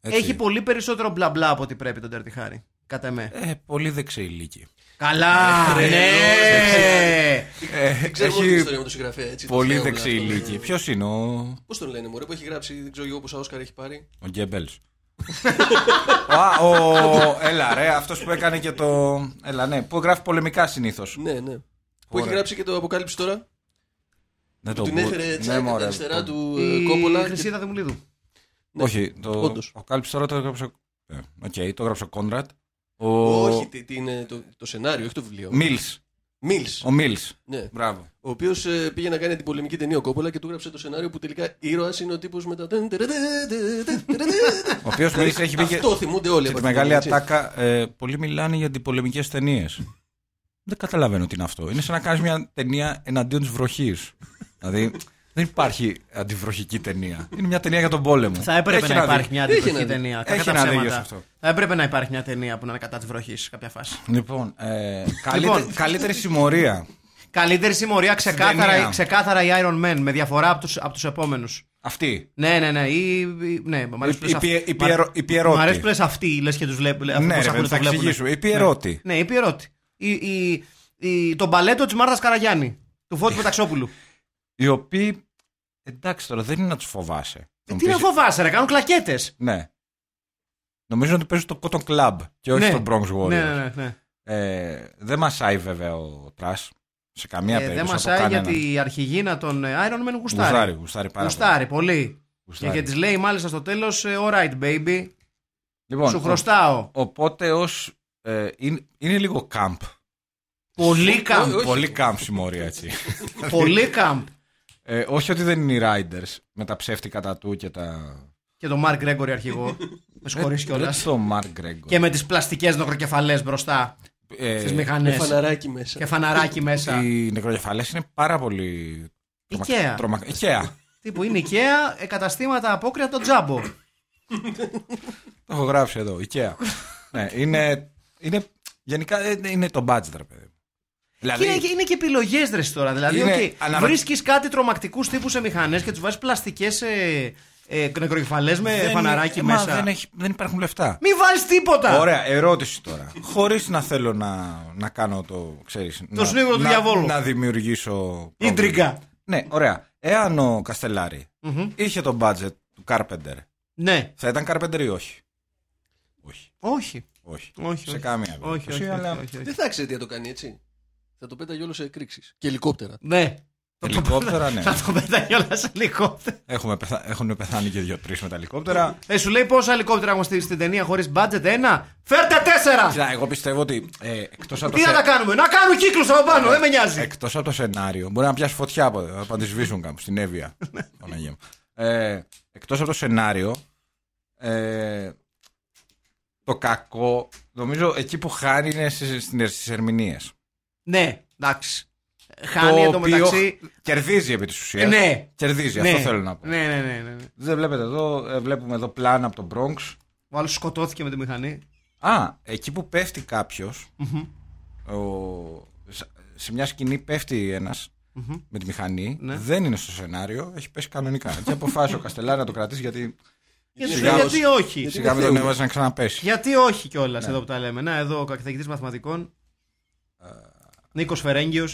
έτσι. Έχει πολύ περισσότερο μπλα μπλα από ό,τι πρέπει το Dirty Harry. Κατά με. Ε, πολύ δεξί ηλίκη. Καλά! Ε, ναι! Ε, Ξέρω εγώ την έχει ιστορία με τον συγγραφέα. έτσι, το πολύ ξέρω, δεξί αλλά αυτό, ηλίκη. ναι. Ποιος είναι ο. Πώς τον λένε, Μωρέ, που έχει γράψει, δεν ξέρω εγώ πόσα Όσκαρ έχει πάρει. Ο Γκέμπελ. Α, ο. Έλα, ρε, αυτός που έκανε και το. Έλα, ναι, που γράφει πολεμικά συνήθως. Ναι, ναι. Που έχει Ωραία. γράψει και το Αποκάλυψη τώρα. Ναι, Που την έφερε τσάκα από τα αριστερά το- του ε, Η Κόπολα. Χρυσίδα Δημουλίδου. Ναι, Όχι, το. όντως. Ο Κάλυψη τώρα το έγραψε. ε, Οκ, το έγραψε ο Κόντρατ. Ο. Όχι, τι- τι είναι το, το σενάριο, όχι το βιβλίο. Μίλ. Μίλ. Ο Μίλ. Ναι. Μπράβο. Ο οποίος πήγε να κάνει την πολεμική ταινία ο Κόπολα και του έγραψε το σενάριο που τελικά ήρωας είναι ο τύπος με τα. Ο οποίος Μίλ έχει βγει και. Αυτό θυμούνται όλοι. και από τη την μεγάλη ταινία, έτσι. ατάκα. ε, Πολλοί μιλάνε για αντιπολεμικές ταινίες. Δεν καταλαβαίνω τι είναι αυτό. Είναι σαν να κάνεις μια ταινία εναντίον της βροχής. δηλαδή δεν υπάρχει αντιβροχική ταινία. Είναι μια ταινία για τον πόλεμο. Θα έπρεπε Έχει να δει. υπάρχει μια Έχει αντιβροχή να δει. ταινία. Έχει Κακά τα να δει γι' ψέματα. αυτό. Θα έπρεπε να υπάρχει μια ταινία που να είναι κατά τη βροχή σε κάποια φάση. Λοιπόν, ε, καλύτερη, Λοιπόν. καλύτερη συμμορία. Καλύτερη συμμορία ξεκάθαρα, ταινία. ξεκάθαρα η Iron Man με διαφορά από τους, από τους επόμενους. Αυτή. Ναι, ναι, ναι. Ή, ή- ναι μ' αρέσει που Η- λες η πιε- αυτή. η πιερω- η πιερότη. Μ' αρέσει που λες αυτή, λες και τους βλέπουν. Ναι, ρε, παιδί, θα εξηγήσω. Η πιερότη. Ναι, η πιερώτη. Η, η, η, το μπαλέτο της Μάρθας Καραγιάννη. Του Ε, Φώτη Πεταξόπουλου. Οι οποίοι. Εντάξει τώρα, δεν είναι να τους φοβάσαι. Θα Ε, μου Τι να πεις- φοβάσαι, ρε, κάνουν κλακέτες. Ναι. Νομίζω ότι παίζουν το Cotton Club και όχι Ναι. το Bronx Warriors. Ναι, ναι, ναι. ναι. Ε, δεν μασάει βέβαια ο Τρας σε καμία Ε, δεν περίπτωση. μασάει γιατί η αρχηγίνα των ε, Iron Man Γουστάρει, γουστάρει, γουστάρει. πάρα Γουστάρει πολύ. πολύ. Και, Γουστάρει. και της λέει μάλιστα στο τέλος, alright baby, Λοιπόν, σου ο- χρωστάω. Οπότε ως, ε, είναι, είναι λίγο camp. Πολύ καμπ. όχι. Πολύ camp συμμορία έτσι. Πολύ καμπ. ε, όχι ότι δεν είναι οι Riders με τα ψεύτικα τα του και τα. Και τον Μαρκ Γκρέγκορη αρχηγό. με συγχωρείς Ρε κιόλας. το Mark Gregor. Και με τις πλαστικές νοκροκεφαλέ μπροστά. ε, Στις Με μηχανέ. φαναράκι μέσα. Και φαναράκι μέσα. Οι νεκροκεφαλές είναι πάρα πολύ. τρομα- Ikea. τρομα- Ikea. Τύπου είναι IKEA, ε, καταστήματα απόκρια το τζάμπο. Το έχω γράψει εδώ. Ikea. ναι, είναι, είναι. Γενικά ε, είναι το budget, ρε παιδί. μου. Και Δηλαδή, είναι, και- είναι και επιλογές ρε τώρα. Δηλαδή, Είναι okay, αναμα- βρίσκεις κάτι τρομακτικούς τύπους σε μηχανές και τους βάζεις πλαστικές ε, ε, νεκροκεφαλές με δεν- φαναράκι ε, μα μέσα. Δεν, έχει, δεν υπάρχουν λεφτά. Μην βάζεις τίποτα! Ωραία, ερώτηση τώρα. Χωρίς να θέλω να, να κάνω το. Ξέρεις, το να, σνίγρο του να- διαβόλου. Να δημιουργήσω. πρόβλημα. Ιντριγκά. Ναι, ωραία. Εάν ο καστελαρη είχε το budget του Carpenter, Ναι. θα ήταν Carpenter ή όχι. Όχι. Όχι. Όχι. Όχι, Σε όχι. καμία Όχι, περίπτωση, όχι, αλλά- όχι, όχι, όχι. Δεν θα ξέρετε τι θα το κάνει έτσι. Θα το πέταγε όλο σε εκρήξεις. Και ελικόπτερα. Ναι. Ελικόπτερα, ναι. Θα το πετάει όλα σε ελικόπτερα. Έχουμε πεθα... Έχουν πεθάνει και δύο-τρει με τα ελικόπτερα. Ε, σου λέει πόσα ελικόπτερα έχουμε στη- στην ταινία χωρίς budget. Ένα. Φέρτε τέσσερα! Κοίτα, εγώ πιστεύω ότι ε, εκτός από, το Ναι. Τι να θε- τα κάνουμε, να κάνουν κύκλους από πάνω, δεν με νοιάζει. εκτός από το σενάριο. Μπορεί να πιάσει φωτιά από εδώ, να τη σβήσουν κάπου στην Εύβοια. Ναι. Παναγία μου. ε, εκτός από το σενάριο. Ε, το κακό, νομίζω εκεί που χάνει είναι στις ερμηνείες. Ναι, εντάξει. Χάνει εντωμεταξύ. κερδίζει επί της ουσίας. Ε, ναι. Κερδίζει, Ναι. αυτό θέλω να πω. Ναι, ναι, ναι. ναι, ναι. Δεν βλέπετε εδώ, ε, βλέπουμε εδώ πλάνα από τον Bronx. Ο άλλος σκοτώθηκε με τη μηχανή. Α, εκεί που πέφτει κάποιος, ο- σ- σε μια σκηνή πέφτει ένας με τη μηχανή, Ναι. δεν είναι στο σενάριο, έχει πέσει κανονικά. και αποφάσισε ο Καστελάρη να το κρατήσει γιατί Γιατί, Σιγά γιατί μας. όχι. Γιατί- σιγά μην τον θέλουμε. έβαζε να ξαναπέσει. Γιατί όχι κιόλας Ναι. εδώ που τα λέμε. Να, εδώ ο καθηγητής μαθηματικών. Ε, Νίκο Φερέγγιο.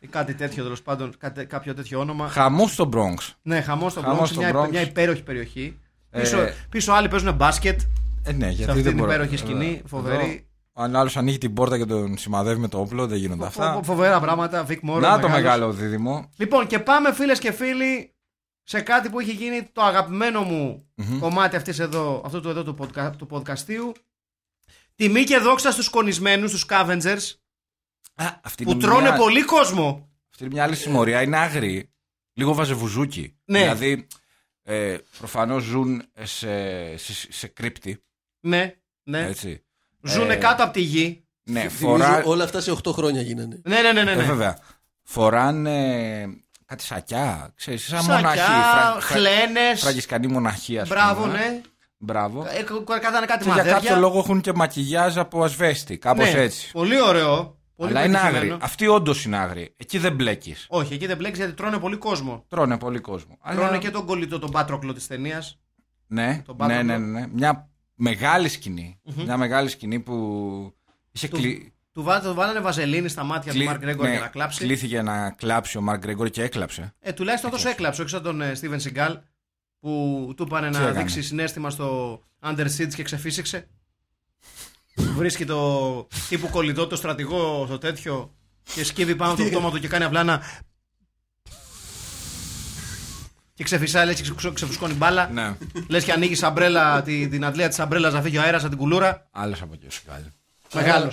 ή κάτι τέτοιο τέλος πάντων, κάτι- κάποιο τέτοιο όνομα. Χαμός στο Bronx. Ναι, χαμός στο Χαμός Bronx, στο μια, Bronx. μια υπέροχη περιοχή. Ε, Πίσω, πίσω άλλοι παίζουν μπάσκετ. Ε, ναι, γιατί αυτή δεν την μπορώ. υπέροχη σκηνή, Ε, φοβερή. εδώ, Αν άλλος ανοίγει την πόρτα και τον σημαδεύει με το όπλο, δεν γίνονται Φο- αυτά. Φοβερά πράγματα, Vic Morrow. Να το μεγάλος. μεγάλο δίδυμο. Λοιπόν, και πάμε φίλες και φίλοι σε κάτι που έχει γίνει το αγαπημένο μου κομμάτι αυτής εδώ, αυτού του εδώ του, podca- του podcastίου. Τιμή και δόξα στους κονισμένους, στους scavengers, Α, αυτή που είναι τρώνε μια- πολύ κόσμο. Αυτή είναι μια άλλη συμμορία. Είναι άγριη. Λίγο βαζεβουζούκι. Ναι. Δηλαδή, ε, προφανώς ζουν σε, σε, σε κρύπτη. Ναι, ναι. Έτσι. Ζούνε Ε, κάτω από τη γη. Ναι, Θυμίζω, φορά... Όλα αυτά σε 8 χρόνια γίνανε. Ναι, ναι, ναι, ναι. ε, ναι. βέβαια. Φοράνε κάτι σακιά. Ξέρεις, σαν μοναχοί. Σακιά, Φρα... χλένες, Φραγκισκανή μοναχή, ας Μπράβο, πούμε. ναι. Μπράβο. Ε, κα- Κατάνε κάτι Και για κάποιο μαδέρια. λόγο έχουν και μακιγιάζ από ασβέστη. Κάπως Ναι, έτσι. Πολύ ωραίο. Πολύ Αλλά είναι πετυχημένο. άγριοι. Αυτή όντως είναι άγριοι. Εκεί δεν μπλέκεις. Όχι, εκεί δεν μπλέξει γιατί τρώνε πολύ κόσμο. Τρώνε πολύ κόσμο. Αλλά- Τρώνε και τον κολλητό, τον πάτροκλο της ταινίας. Ναι, Τον ναι, Batman. ναι, ναι, ναι. Μια μεγάλη σκηνή. Μια μεγάλη σκηνή που είχε Του- κλει... Του βά- το βάλανε βαζελίνη στα μάτια του κλει- Μαρκ Γκρέγκορ ναι, για να κλάψει. Κλήθηκε να κλάψει ο Μαρκ Γκρέγκορ και έκλαψε. Ε, τουλάχιστον τόσο έκλαψε, όχι σαν τον Στίβεν Σιγκάλ που του πάνε να έκανε. δείξει συνέστημα στο Under Siege και ξεφύσηξε. Βρίσκει το τύπου κολλητό, το στρατηγό, το τέτοιο και σκύβει πάνω το πτώμα του και κάνει απλά ένα. Και ξεφυσάει, λες, και ξε- ξεφουσκώνει μπάλα. Ναι. Λες και ανοίγεις σαμπρέλα, τη- την αντλία της αμπρέλας να φύγει ο αέρας από την κουλούρα. Άλλος από εκεί ο Σκάλι. Μεγάλο.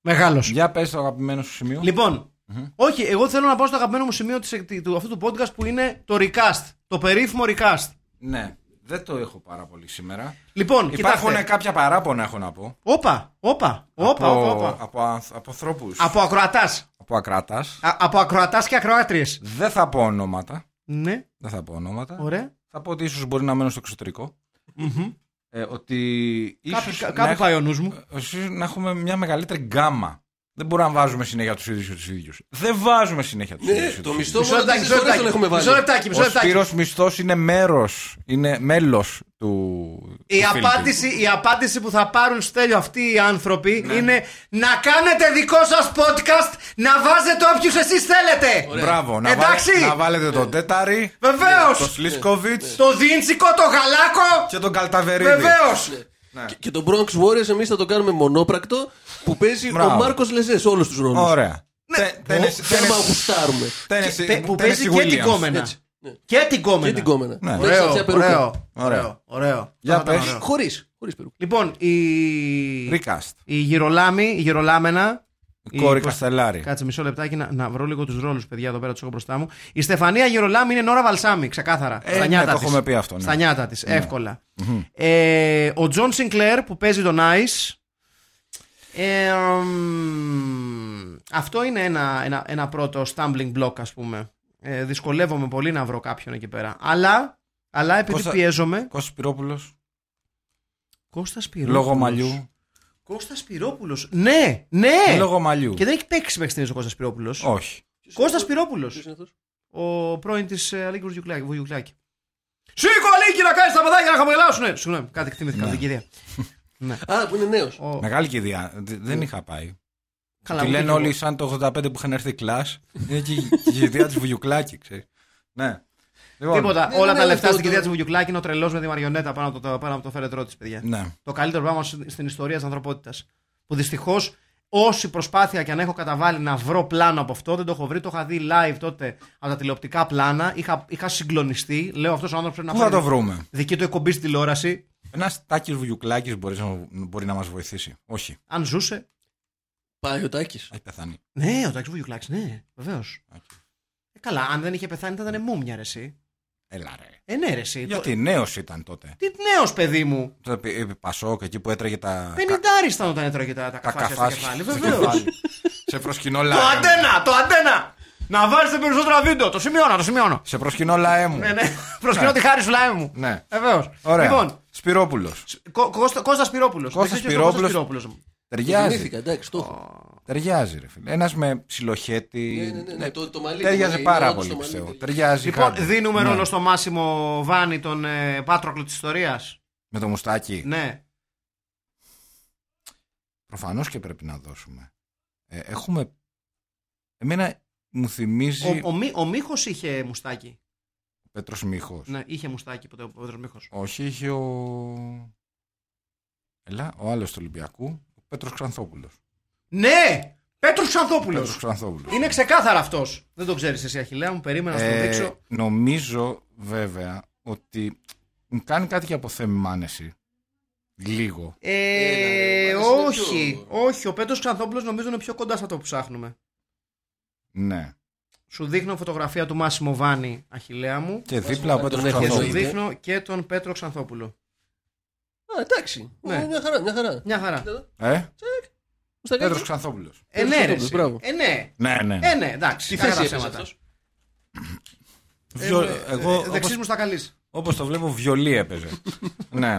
Μεγάλο. Για πες το αγαπημένο σου σημείο. λοιπον Λοιπόν, όχι, εγώ θέλω να πάω στο αγαπημένο μου σημείο της, του, αυτού του podcast που είναι το recast. Το περίφημο recast. Ναι, δεν το έχω πάρα πολύ σήμερα. Λοιπόν, Υπάρχουν κοιτάξτε. κάποια παράπονα, έχω να πω. Όπα, όπα, όπα, όπα, από, όπα. από, ανθ- από ανθρώπους. Από, Από ακροατάς. ακράτα. Α, από ακροατάς και ακροάτριες. Δεν θα πω ονόματα. Ναι, Δεν θα πω ονόματα. ωραία. Θα πω ότι ίσως μπορεί να μένω στο εξωτερικό. Ε, ότι Κάπου, ίσως κα- να κάπου έχω- πάει ο νους μου. ίσως να έχουμε μια μεγαλύτερη γκάμα. Δεν μπορούμε να βάζουμε συνέχεια τους ίδιους τους ίδιους. Δεν βάζουμε συνέχεια τους ίδιου. Ναι, το μισθό Μισό μόνο λεπτάκι, τι μισό ιστορίε τον λεπτάκι. έχουμε Μισό βάλει. λεπτάκι, μισό Ο λεπτάκι. Σπύρος Μισθός είναι μέρος, είναι μέλος του Η του Ναι. Φίλιππιν. απάντηση, η απάντηση που θα πάρουν στέλιο αυτοί οι άνθρωποι είναι να κάνετε δικό σας podcast, να βάζετε όποιους εσείς θέλετε. Μπράβο, να, Εντάξει. Ναι. βάλε- να βάλετε τον Τέταρη, Βεβαίως. τον Σλίσκοβιτς Το Δίντσικο, το Γαλάκο, και τον Καλταβερίδη. βεβαίως. Ναι. Και- Και τον Bronx Warriors εμείς θα το κάνουμε μονόπρακτο που παίζει ο Μπράβο. Μάρκος Λεζές όλους τους ρόλους. Ωραία. Ναι. Τε- τένις- Θέλουμε να γουστάρουμε. τένις- Και- τένις- που τένις παίζει και την Williams. κόμενα. Έτσι. Ναι. Και την κόμενα. Και την κόμενα. Ναι. Έχει Ωραίο, ξαψιά περούκα. ωραίο, ωραίο, Ωραίο. ωραίο. Για Αυτό ήταν πες. ωραίο. Χωρίς. Χωρίς περούκα. Λοιπόν, η, Recast. η γυρολάμη, η γυρολάμενα. η Κόρη Κωσ- Καστελάρη. Κάτσε μισό λεπτάκι να, να βρω λίγο τους ρόλους, παιδιά, εδώ πέρα τους έχω μπροστά μου. Η Στεφανία Γερολάμ είναι Νόρα Βαλσάμι, ξεκάθαρα. Ε, στα ναι, νιάτα το της. έχουμε πει αυτό, ναι. Στα νιάτα της, ευκολα Ε, ο Τζον Σινκλέρ που παίζει τον Άις. Ε, μ, αυτό είναι ένα, ένα, ένα πρώτο stumbling block, ας πούμε. Ε, δυσκολεύομαι πολύ να βρω κάποιον εκεί πέρα. Αλλά, αλλά επειδή Κώστα- πιέζομαι. Κώστας Πυρόπουλος, Κώστας Πυρόπουλος. λόγω μαλλιού. Ε, Κώστας Πυρόπουλος. Ναι, ναι. Λόγω μαλλιού. Και δεν έχει παίξει μέχρι στιγμής ο Κώστας Πυρόπουλος. Όχι. Κώστας Πυρόπουλος. Ποιος είναι αυτός? Ο πρώην της ε, Αλίκης Βουγιουκλάκη. Βουγιουκλάκη. Σήκω Αλίκη να κάνεις τα παιδάκια να χαμογελάσουνε. Συγγνώμη, κάτι εκτιμήθηκα. Ναι. Δική ιδέα. Α, που είναι νέος. Ο- Μεγάλη κηδεία. Δε- Δεν είχα πάει. Καλά, Τη μου λένε και εγώ. όλοι σαν το 85 που είχαν έρθει κλάσ. Είναι Ναι, και η κηδεία της Βουγιουκλάκη, ξέρεις. Ναι. Λοιπόν, Τίποτα. Ναι, Όλα ναι, τα ναι, λεφτά αυτό στην το- κυρία της Βουγιουκλάκη είναι ο τρελός με τη μαριονέτα πάνω από το, πάνω από το φέρετρό της, παιδιά. Ναι. Το καλύτερο πράγμα σ- στην ιστορία της ανθρωπότητας. Που δυστυχώς όση προσπάθεια και αν έχω καταβάλει να βρω πλάνο από αυτό, δεν το έχω βρει. Το είχα δει live τότε από τα τηλεοπτικά πλάνα. Είχα, είχα συγκλονιστεί. Λέω αυτός ο άνθρωπος πρέπει να Πού θα πάρει το βρούμε. δική του εκπομπή στην τηλεόραση. Ένας τάκι Βουγιουκλάκης μπορείς, να- μπορεί να μας βοηθήσει. Όχι. Αν ζούσε. Πάει ο Τάκης. Έχει πεθάνει. Ναι, ο Τάκης Βουγιουκλάκης, ναι, βεβαίως. Οκ. Ε, καλά, αν δεν είχε πεθάνει θα ήταν μούμια ρε, εσύ. Έλα ρε. Ε, ναι, ρε, εσύ. Γιατί νέος ήταν τότε. Τι νέος παιδί μου. Το επί- επί Πασόκ, εκεί που έτρεγε τα. 50 ήταν όταν έτρωγε τα, τα τα καφάσια στο καφάσια. κεφάλι. στο Βεβαίως. κεφάλι. Σε προσκυνώ Το λαέ. μου. αντένα! Το αντένα! Να βάζετε περισσότερα βίντεο. Το σημειώνω, το σημειώνω. Σε προσκυνώ λαέ μου. Ναι, ναι. Προσκυνώ τη χάρη σου, λαέ μου. Ναι. Βεβαίως. Ωραία. Λοιπόν, Σπυρόπουλος. Κο- Κώστα- Κώστας Πυρόπουλος. Κώστας Δεν ξέρω ποιος είναι ο Πυρόπουλος. Κώστας Ταιριάζει. Γεννήθηκα, εντάξει, το έχω. Ταιριάζει, ρε φίλε. Ένας με ψιλοχέτη. Ναι, ναι, ναι, ναι, το- το μαλλί, Ταιριάζει το μαλλί, πάρα είναι πολύ, όντως το πιστεύω. μαλλί. Ταιριάζει. Λοιπόν, κάτι. δίνουμε Ναι. ρόλο στο Μάσιμο Βάνη, τον ε, πάτροκλο της ιστορίας. Με το μουστάκι. Ναι. Προφανώς και πρέπει να δώσουμε. Ε, έχουμε. Εμένα μου θυμίζει. Ο, ο, Μι- ο Μίχο είχε μουστάκι. Πέτρος Μίχος. Ναι, είχε μουστάκι ποτέ ο Πέτρος Μίχος. Όχι, είχε ο. Ελά, ο άλλος του Ολυμπιακού. Ο Πέτρος Ξανθόπουλος. Ναι! Πέτρος Ξανθόπουλος. Πέτρος Ξανθόπουλος. Είναι ξεκάθαρα αυτός. Δεν το ξέρεις εσύ, Αχηλέα μου. Περίμενα να σου το Ε, δείξω. νομίζω βέβαια ότι μου κάνει κάτι και από θέμη άνεση. Λίγο. Ε, Έλα, ρε, μου αρέσει να όχι, είναι πιο- όχι. Ο Πέτρος Ξανθόπουλος νομίζω είναι πιο κοντά σε αυτό που ψάχνουμε. Ναι. Σου δείχνω φωτογραφία του Μάσιμο Βάνη, Αχιλέα μου. Και δίπλα ο τον Πέτρο έχει Και σου Καθόλου. Ξανθόπουλο. δείχνω και τον Πέτρο Ξανθόπουλο. Α, εντάξει. Ναι. Ε, Μια χαρά, μια χαρά. Μια χαρά. Ε, Μουστακάκι. Πέτρο Ξανθόπουλο. Ε, ναι, ρε, Ξανθόπουλος, εσύ. μπράβο. ε, ναι. Ναι, ναι. Ε, ναι, εντάξει. Τι καλά θέση τα ψέματα. έπαιζε αυτός. Βιο- Ε, εγώ, ε, Δεξί όπως- μου στα καλής. Όπως το βλέπω, βιολί έπαιζε. ναι.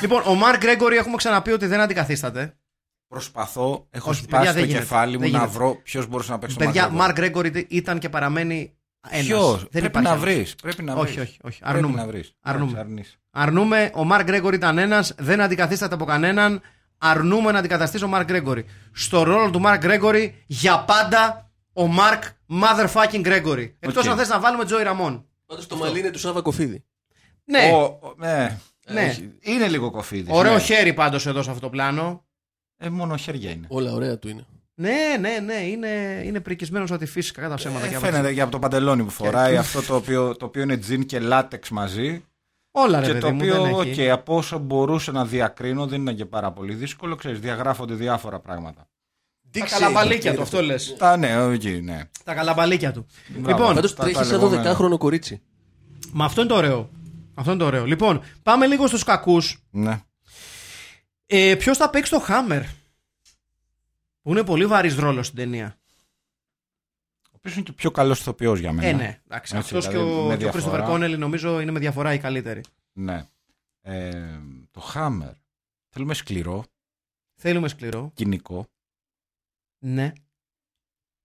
Λοιπόν, ο Μαρκ Γκρέγκορη έχουμε ξαναπεί ότι δεν αντικαθίσταται. Προσπαθώ, έχω Όχι, σπάσει παιδιά, το δεν γίνεται. κεφάλι μου Δεν να γίνεται. βρω ποιος μπορούσε να παίξει Παιδιά, τον Μαρκ Γκρέγκορη ήταν και παραμένει ένας. Ποιος, πρέπει να βρεις. Πρέπει να βρεις. Όχι, όχι, όχι. Πρέπει Αρνούμε. να βρεις. Αρνούμε. Εντάξει, αρνείς. Αρνούμε, ο Μαρκ Γκρέγκορη ήταν ένας, δεν αντικαθίσταται από κανέναν. Αρνούμε να αντικαταστήσει ο Μαρκ Γκρέγκορη. Στο ρόλο του Μαρκ Γκρέγκορη για πάντα ο Μαρκ motherfucking Γκρέγκορη. Εκτό Οκ. αν θες να βάλουμε Τζόι Ραμόν. Πάντως το μαλλί είναι του Σάβα Κοφίδη. Ναι, Ο- ο- ναι. ναι. Έχει- Είναι λίγο κοφίδι. Ναι. Ωραίο χέρι πάντως εδώ σε αυτό το πλάνο. Ε, μόνο χέρια είναι. Όλα ωραία του είναι. Ναι, ναι, ναι, είναι, είναι πρικισμένος από τη φύση κατά τα ψέματα. Ε, και από- φαίνεται και από το παντελόνι που φοράει αυτό το οποίο, το οποίο είναι τζιν και λάτεξ μαζί. Όλα ρε και παιδί το μου, οποίο, δεν οκ, έχει. από όσο μπορούσα να διακρίνω, δεν ήταν και πάρα πολύ δύσκολο. Ξέρεις, διαγράφονται διάφορα πράγματα. Τα Dick καλαμπαλίκια shape. του, αυτό λες. Τα ναι, οκ, ναι. Τα καλαμπαλίκια του. Λοιπόν, Μπράβο. Πάντως τα- τρέχεις τα σαν λεγόμενα. 12χρονο κορίτσι. μα αυτό είναι το ωραίο. Αυτό είναι το ωραίο. Λοιπόν, πάμε λίγο στους κακούς. ναι. Ε, Ποιος θα παίξει το Hammer, που είναι πολύ βαρύς ρόλος στην ταινία. Ο οποίος είναι και πιο καλός ηθοποιός για μένα. Ε, ναι, εντάξει. Έτσι, Αυτός και δηλαδή, ο, με και ο Christopher διαφορά. Connelly νομίζω είναι με διαφορά η καλύτερη. Ναι. Ε, το Hammer. Θέλουμε σκληρό, Θέλουμε σκληρό. κοινικό. Ναι.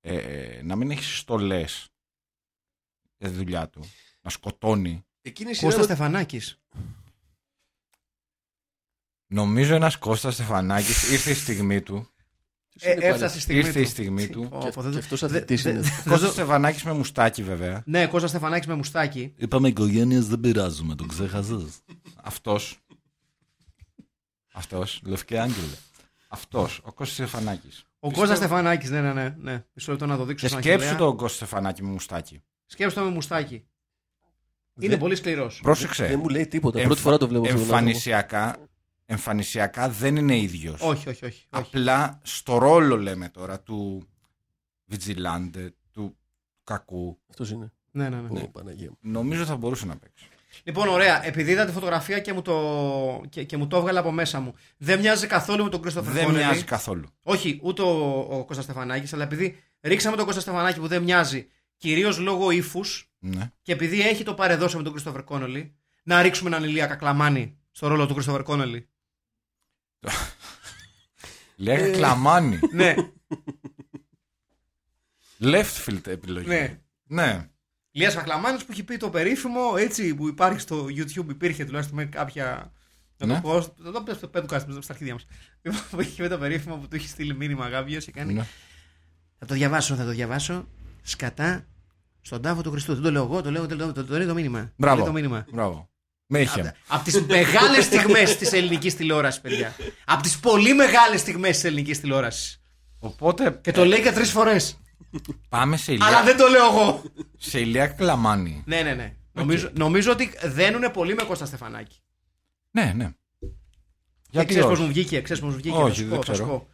Ε, να μην έχει στολές στη δουλειά του. Να σκοτώνει. Εκείνη η σειρά Κώστα με- Στεφανάκης. Νομίζω ένας Κώστας Στεφανάκης ήρθε η στιγμή του. Ποιος είναι πάλι? Ε, έφτασε η στιγμή. ήρθε η στιγμή Τι- του. Πω, Και- πω, δεν και το- αυτός δε- αθλητής δε- είναι. δε- Κώστας Στεφανάκης με μουστάκι βέβαια. Ναι, Κώστας Στεφανάκης με μουστάκι. Είπαμε οικογένειε δεν πειράζουμε, τον ξέχασες. Αυτός Αυτός Λευκέ άγγελε. Αυτός Ο Κώστας Στεφανάκης Ο Κώστας Στεφανάκης, ναι, ναι, ναι, ναι. Μισό λεπτό να το δείξω. Και στον Ε, σκέψου Αχιλλέα. τον Κώστα Στεφανάκη με μουστάκι. Σκέψου το με μουστάκι. Είναι πολύ σκληρός. Πρόσεξε. Δεν μου λέει τίποτα. Εμφα- Πρώτη φορά το βλέπω αυτόν τον άνθρωπο. Εμφανισιακά, εμφανισιακά δεν είναι ίδιος Όχι, όχι, όχι. όχι. Απλά στο ρόλο λέμε τώρα του Βιτζιλάντε, του κακού. Αυτός είναι. Ναι, ναι, ναι. Ω, Παναγία μου. Νομίζω θα μπορούσε να παίξει. Λοιπόν, ωραία. Επειδή είδα τη φωτογραφία και μου το, και, και μου το έβγαλε από μέσα μου. Δεν μοιάζει καθόλου με τον Κρίστοφερ Δεν Κόνελη. μοιάζει καθόλου. Όχι, ούτε ο, ο Κώστας Στεφανάκης, αλλά επειδή ρίξαμε τον Κώστα Στεφανάκη που δεν μοιάζει, κυρίως λόγω ύφους Ναι. και επειδή έχει το παρεδώσει με τον Κρίστοφερ Κόνολη, να ρίξουμε έναν Ηλία Κακλαμάνη στο ρόλο του Κρίστοφερ Κόνολη. Ε. Λέγα κλαμάνι. ναι, Left field επιλογή. ναι. Ναι. Ηλίας Κακλαμάνης που έχει πει το περίφημο, έτσι που υπάρχει στο YouTube, υπήρχε τουλάχιστον με κάποια... Να το Ναι. πω, να το πω στο πέντουκαστ, στα αρχίδια μας. Λοιπόν, που είχε με το περίφημο που του έχει στείλει μήνυμα κάποιος και κάνει... Ναι. Θα το διαβάσω, θα το διαβάσω. Σκατά στον τάφο του Χριστού. Δεν το λέω εγώ, το λέω το, το, το, το λέει το μήνυμα. Το, Μπράβο. λέει το μήνυμα. Μπράβο. Mayhem. Από τις μεγάλες στιγμές της ελληνικής τηλεόρασης, παιδιά. Από τις πολύ μεγάλες στιγμές της ελληνικής τηλεόρασης. Οπότε Και το λέει και τρεις φορές. πάμε σε Αλλά ηλιά, δεν το λέω εγώ. σε ηλιά κλαμάνι. ναι, ναι, ναι. Νομίζω, νομίζω ότι δένουνε πολύ με Κώστα Στεφανάκη. Ναι, ναι. Και Γιατί ξέρεις πώς όχι. μου βγήκε, ξέρεις πώς μου βγήκε. Όχι, θα σου δεν πω, θα σου ξέρω. πω.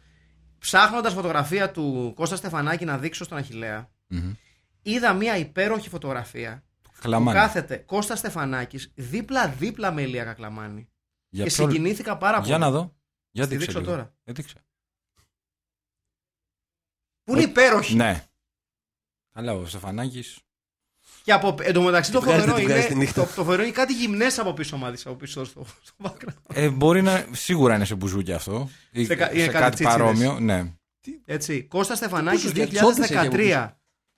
Ψάχνοντας φωτογραφία του Κώστα Στεφανάκη να δείξω στον Αχηλέα, Μμμ. είδα μια υπέροχη φωτογραφία που Κλαμάνι. κάθεται Κώστα Στεφανάκης δίπλα-δίπλα με Ηλία Κακλαμάνη. Για και ποιο- συγκινήθηκα πάρα πολύ. Για να δω. Για Στη δείξε δείξω λίγο. τώρα. Ε, δείξε. Που είναι υπέροχη. Ναι. Αλλά ο Στεφανάκης Και από, εν τω μεταξύ το Την βγάζει, φοβερό την βγάζει τη είναι. νύχτα. Το, το φοβερό είναι κάτι γυμνές από πίσω ομάδε, από πίσω στο, στο background. Ε, μπορεί να. Σίγουρα είναι σε μπουζούκι αυτό. Ή Σε σε, κα- είναι κάτι κάτι τσίτσιδες. παρόμοιο. Ναι. Έτσι. Κώστα Στεφανάκη Πόσους διατσόντες έχει από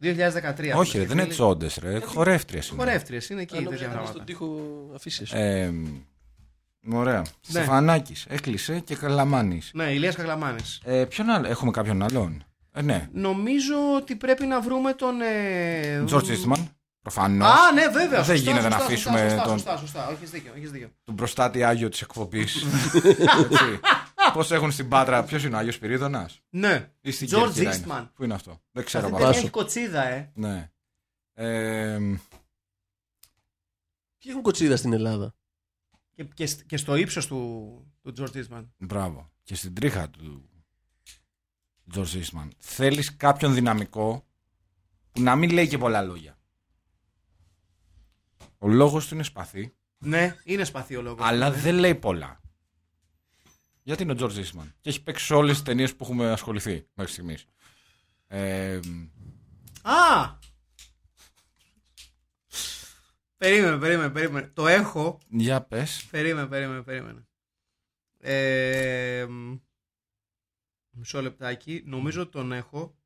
2013. 2013. Όχι, ρε, δεν είναι τσόντες, ρε. Χορεύτριες είναι. Χορεύτριες είναι και οι Αν τέτοια έκανε Ε, στον πράγματα. τοίχο αφήσει. Ε, ωραία. Στεφανάκης, έκλεισε και καλαμάνης. Ναι, Ηλίας Κακλαμάνη. Ε, ποιον άλλο. Έχουμε κάποιον άλλον. Ε, ναι. Νομίζω ότι πρέπει να βρούμε τον. Ε... Τζορτ Ίστμαν. Προφανώς. Α, ναι, βέβαια. Δεν σωστά, γίνεται να σωστά, αφήσουμε σωστά, σωστά, τον- Σωστά, σωστά. Έχεις δίκιο. Έχεις δίκιο. Τον προστάτη Άγιο της εκπομπής. Πώς έχουν στην Πάτρα. Ποιος είναι ο Άγιος Πυρίδωνας. Ναι. Ή στην George Κέρκυρα είναι. Eastman. Πού είναι αυτό. Δεν ξέρω Αυτή παρά. δεν έχει κοτσίδα, ε. Ναι. Ε, Ποιοι έχουν κοτσίδα στην Ελλάδα. Και, και, σ- και στο ύψος του, του George Eastman. Μπράβο. Και στην τρίχα του Τζορτ Ισμαν. Θέλεις κάποιον δυναμικό που να μην λέει και πολλά λόγια. Ο λόγος του είναι σπαθή, Ναι, είναι σπαθί ο λόγος. αλλά δεν λέει πολλά. Γιατί είναι ο Τζορτ Ισμαν. Και έχει παίξει όλες τις ταινίες που έχουμε ασχοληθεί μέχρι στιγμής. Ε, Α! Περίμενε, περίμενε, περίμενε. Το έχω. για πες. Περίμενε, περίμενε, περίμενε. Ε, μ, μισό λεπτάκι. Νομίζω ότι τον έχω.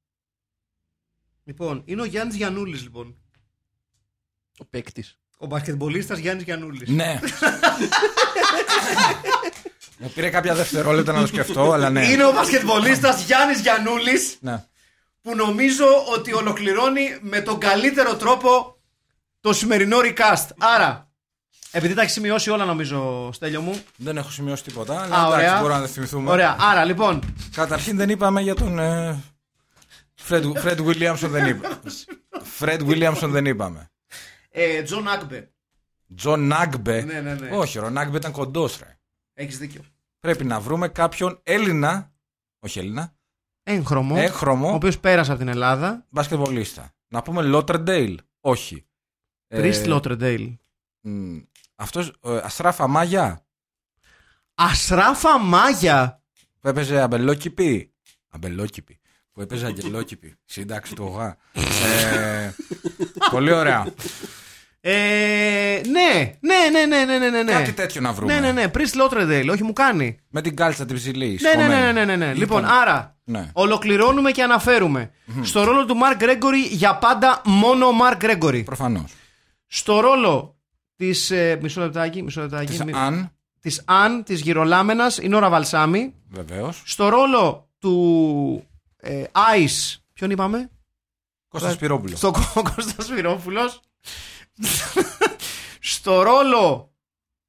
Λοιπόν, είναι ο Γιάννης Γιαννούλης, λοιπόν. Ο παίκτης. Ο μπασκετμπολίστας Γιάννης Γιαννούλης. Ναι. Μου πήρε κάποια δευτερόλεπτα να το σκεφτώ, αλλά ναι. Είναι ο μπασκετμπολίστας Γιάννης Γιαννούλης ναι. που νομίζω ότι ολοκληρώνει με τον καλύτερο τρόπο το σημερινό recast. Άρα, επειδή τα έχει σημειώσει όλα νομίζω, Στέλιο μου. Δεν έχω σημειώσει τίποτα, Α, αλλά ωραία. εντάξει, μπορούμε να τα θυμηθούμε. Ωραία, άρα λοιπόν, Καταρχήν δεν είπαμε για τον. ε, Fred, Fred Williamson δεν είπαμε. Fred Williamson δεν είπαμε. ε, Τζον Άκμπε. Τζον Νάγκμπε. Ναι, ναι, ναι. Ε, Όχι, ο Νάγκμπε ήταν κοντός, ρε. Έχεις δίκιο. Πρέπει να βρούμε κάποιον Έλληνα. Όχι Έλληνα. Έγχρωμο. Ο Έχρωμο οποίος πέρασε από την Ελλάδα. μπασκετμπολίστα. Να πούμε Λότρεντέιλ. Όχι. Ε. Πρίστ Λότρεντέιλ. Αυτό. Αστράφα Μάγια. Ασράφα Μάγια. Που έπαιζε αμπελόκηπη. Αμπελόκηπη. Που έπαιζε αγγελόκηπη. Σύνταξη του ΟΓΑ. Ε, πολύ ωραία. Ναι. Ε, ναι, ναι, ναι, ναι, ναι, ναι, ναι, ναι. Κάτι τέτοιο να βρούμε. Ναι, ναι, ναι. Πρίστ Λότρεντέιλ. Όχι, μου κάνει. Με την κάλτσα της ψηλή. Ναι, ναι, ναι, ναι, ναι, ναι, ναι. Λοιπόν, άρα. Ναι. Ολοκληρώνουμε και αναφέρουμε. Στο ρόλο του Μαρκ Γκρέγκορη για πάντα μόνο ο Μαρκ Γκρέγκορη. Προφανώς. Στο ρόλο της. Ε, μισό λεπτάκι, μισό λεπτάκι. Της Αν, Τη Αν, της Γυρολάμενας, η Νόρα Βαλσάμι. βεβαίως. Στο ρόλο του ε, Ice. Ποιον είπαμε? Κώστας Πυρόπουλο. Στον Κώστα Σφυρόπουλο. στο ρόλο.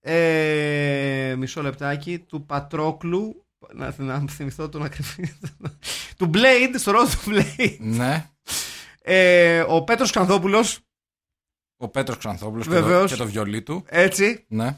Ε, μισό λεπτάκι. Του Πατρόκλου. Να, να θυμηθώ τον ακριβή. του Blade. Στο ρόλο του Blade. Ναι. Ε, ο Πέτρος Κανδόπουλος Ο Πέτρος Ξανθόπουλος και, το- Βεβαίως. και το βιολί του. Έτσι. Ναι.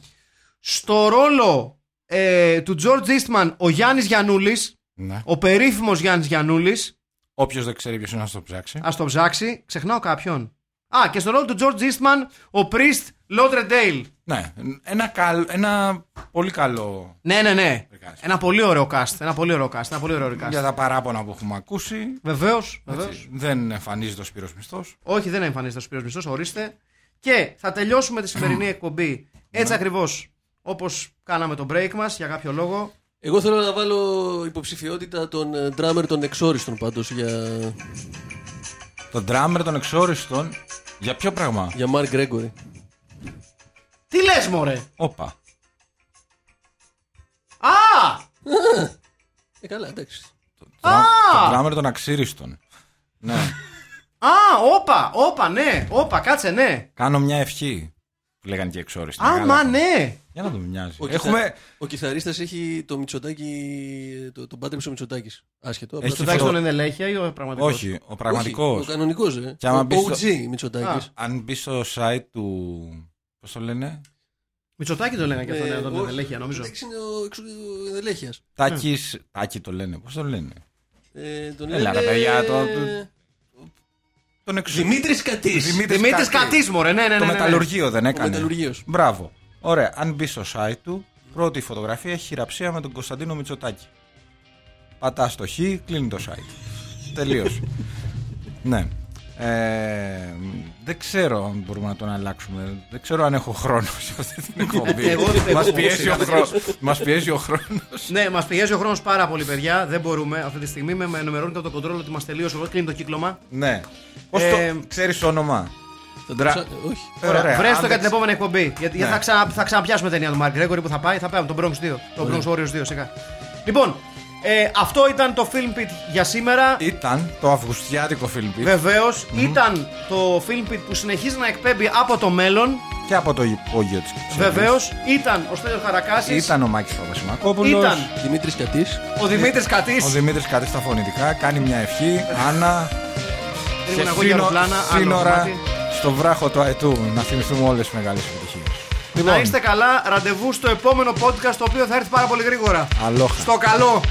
Στο ρόλο ε, του George Eastman ο Γιάννης Γιαννούλης. ναι. Ο περίφημος Γιάννης Γιαννούλης. Όποιος δεν ξέρει ποιος είναι να το ψάξει. Ας το ψάξει. Ξεχνάω κάποιον. Α, και στο ρόλο του George Eastman, ο Priest Lauderdale. Ναι, ένα, καλ- ένα πολύ καλό Ναι, ναι, ναι. Ρικάς. Ένα πολύ ωραίο cast. Ένα πολύ ωραίο cast. Ένα πολύ ωραίο cast. για τα παράπονα που έχουμε ακούσει. Βεβαίως. Έτσι, Δεν εμφανίζεται ο Σπύρος Μισθός. Όχι, δεν εμφανίζεται ο Σπύρος Μισθός, ορίστε. Και θα τελειώσουμε τη σημερινή εκπομπή έτσι Ναι. ακριβώς όπως κάναμε το break μας για κάποιο λόγο. Εγώ θέλω να βάλω υποψηφιότητα τον ε, drummer των εξόριστων πάντως για, Το drummer των εξόριστων. Για ποιο πράγμα. για Mark Gregory. Τι λες μωρέ! Όπα. Α! Ε, καλά, εντάξει. Το drummer των αξίριστων. Ναι. Α, όπα, όπα, ναι, όπα, κάτσε, ναι. Κάνω μια ευχή. Που λέγανε και οι εξόριστοι. Α, Μεγάλα μα τα- ναι! Για να το μοιάζει. Ο, Έχουμε. κιθα... ο κιθαρίστας έχει το Μητσοτάκη, το, τον πάτρεψε ο Μητσοτάκης. Άσχετο. απλά Έχει το- το- Τουλάχιστον είναι ελέγχεια ή ε, ο πραγματικός. Όχι, ο πραγματικός. Όχι, Ο κανονικός, ε. Κι άμα ο μπεις στο- OG Μητσοτάκης. Αν μπεις στο site του. Πώς το λένε. Μητσοτάκι το λέγανε και αυτό, Ε, ναι, εδώ είναι όχι, ελέγχεια, νομίζω. Εντάξει, είναι ο εξου- ο ενδελέχειας. Τάκης, Τάκη το λένε. Πώς το λένε. Ε, τον Έλα, λένε- ρε, παιδιά, το- το- Τον εξ... Δημήτρης Κατής. Δημήτρης Κατής. Κατής, μωρέ, ναι, ναι, Το ναι. ναι, ναι. μεταλλουργείο δεν Ο έκανε. μεταλλουργίος. Μπράβο. Ωραία. Αν μπει στο site του, πρώτη φωτογραφία έχει χειραψία με τον Κωνσταντίνο Μητσοτάκη. Πατάς το χ, κλείνει το site. Τελείωσε. ναι. Ε, δεν ξέρω αν μπορούμε να τον αλλάξουμε. Δεν ξέρω αν έχω χρόνο σε αυτή την εκπομπή. Εγώ δεν Μας έχω πιέζει, ο χρόνος. χρόνος. Μας πιέζει ο χρόνος. Ναι, μας πιέζει ο χρόνος πάρα πολύ, παιδιά. Δεν μπορούμε αυτή τη στιγμή. Με με ενημερώνει και από το κοντρόλ ότι μα τελείωσε. Εγώ κλείνει το κύκλωμα. ναι. Πώς Ε, το ξέρεις το όνομα. Τον Ντρα- ψά- Όχι. Ωραία. Βρέστε Αν το για δεν την επόμενη εκπομπή. Γιατί Ναι. θα, ξα, θα ξαναπιάσουμε ταινία του Μάρκ Γκρέγκορη που θα πάει. Θα πάμε τον Bronx 2. Το Bronx Warriors 2, σιγά. Λοιπόν, ε, αυτό ήταν το Film Pit για σήμερα. Ήταν το Αυγουστιάτικο Φιλμπίτ Βεβαίω, ήταν το Film Pit που συνεχίζει να εκπέμπει από το μέλλον. και από το υπόγειο της Κυψέλης. Βεβαίως, ήταν ο Στέλιος Χαρακάσης Ήταν ο Μάκης Παπασημακόπουλος. Ήταν Δημήτρης Κατής. ο Δημήτρης Κατής Ο Δημήτρης κάτι στα φωνητικά, κάνει μια ευχή. Άννα. Ήμουν σε εγώ για σύνο- αεροπλάνα, άλλο Σύνορα κομμάτι. στο βράχο του Αετού. Να θυμηθούμε όλες τις μεγάλες επιτυχίες. Να Λοιπόν, είστε καλά, ραντεβού στο επόμενο podcast το οποίο θα έρθει πάρα πολύ γρήγορα. αλόχα. Στο καλό!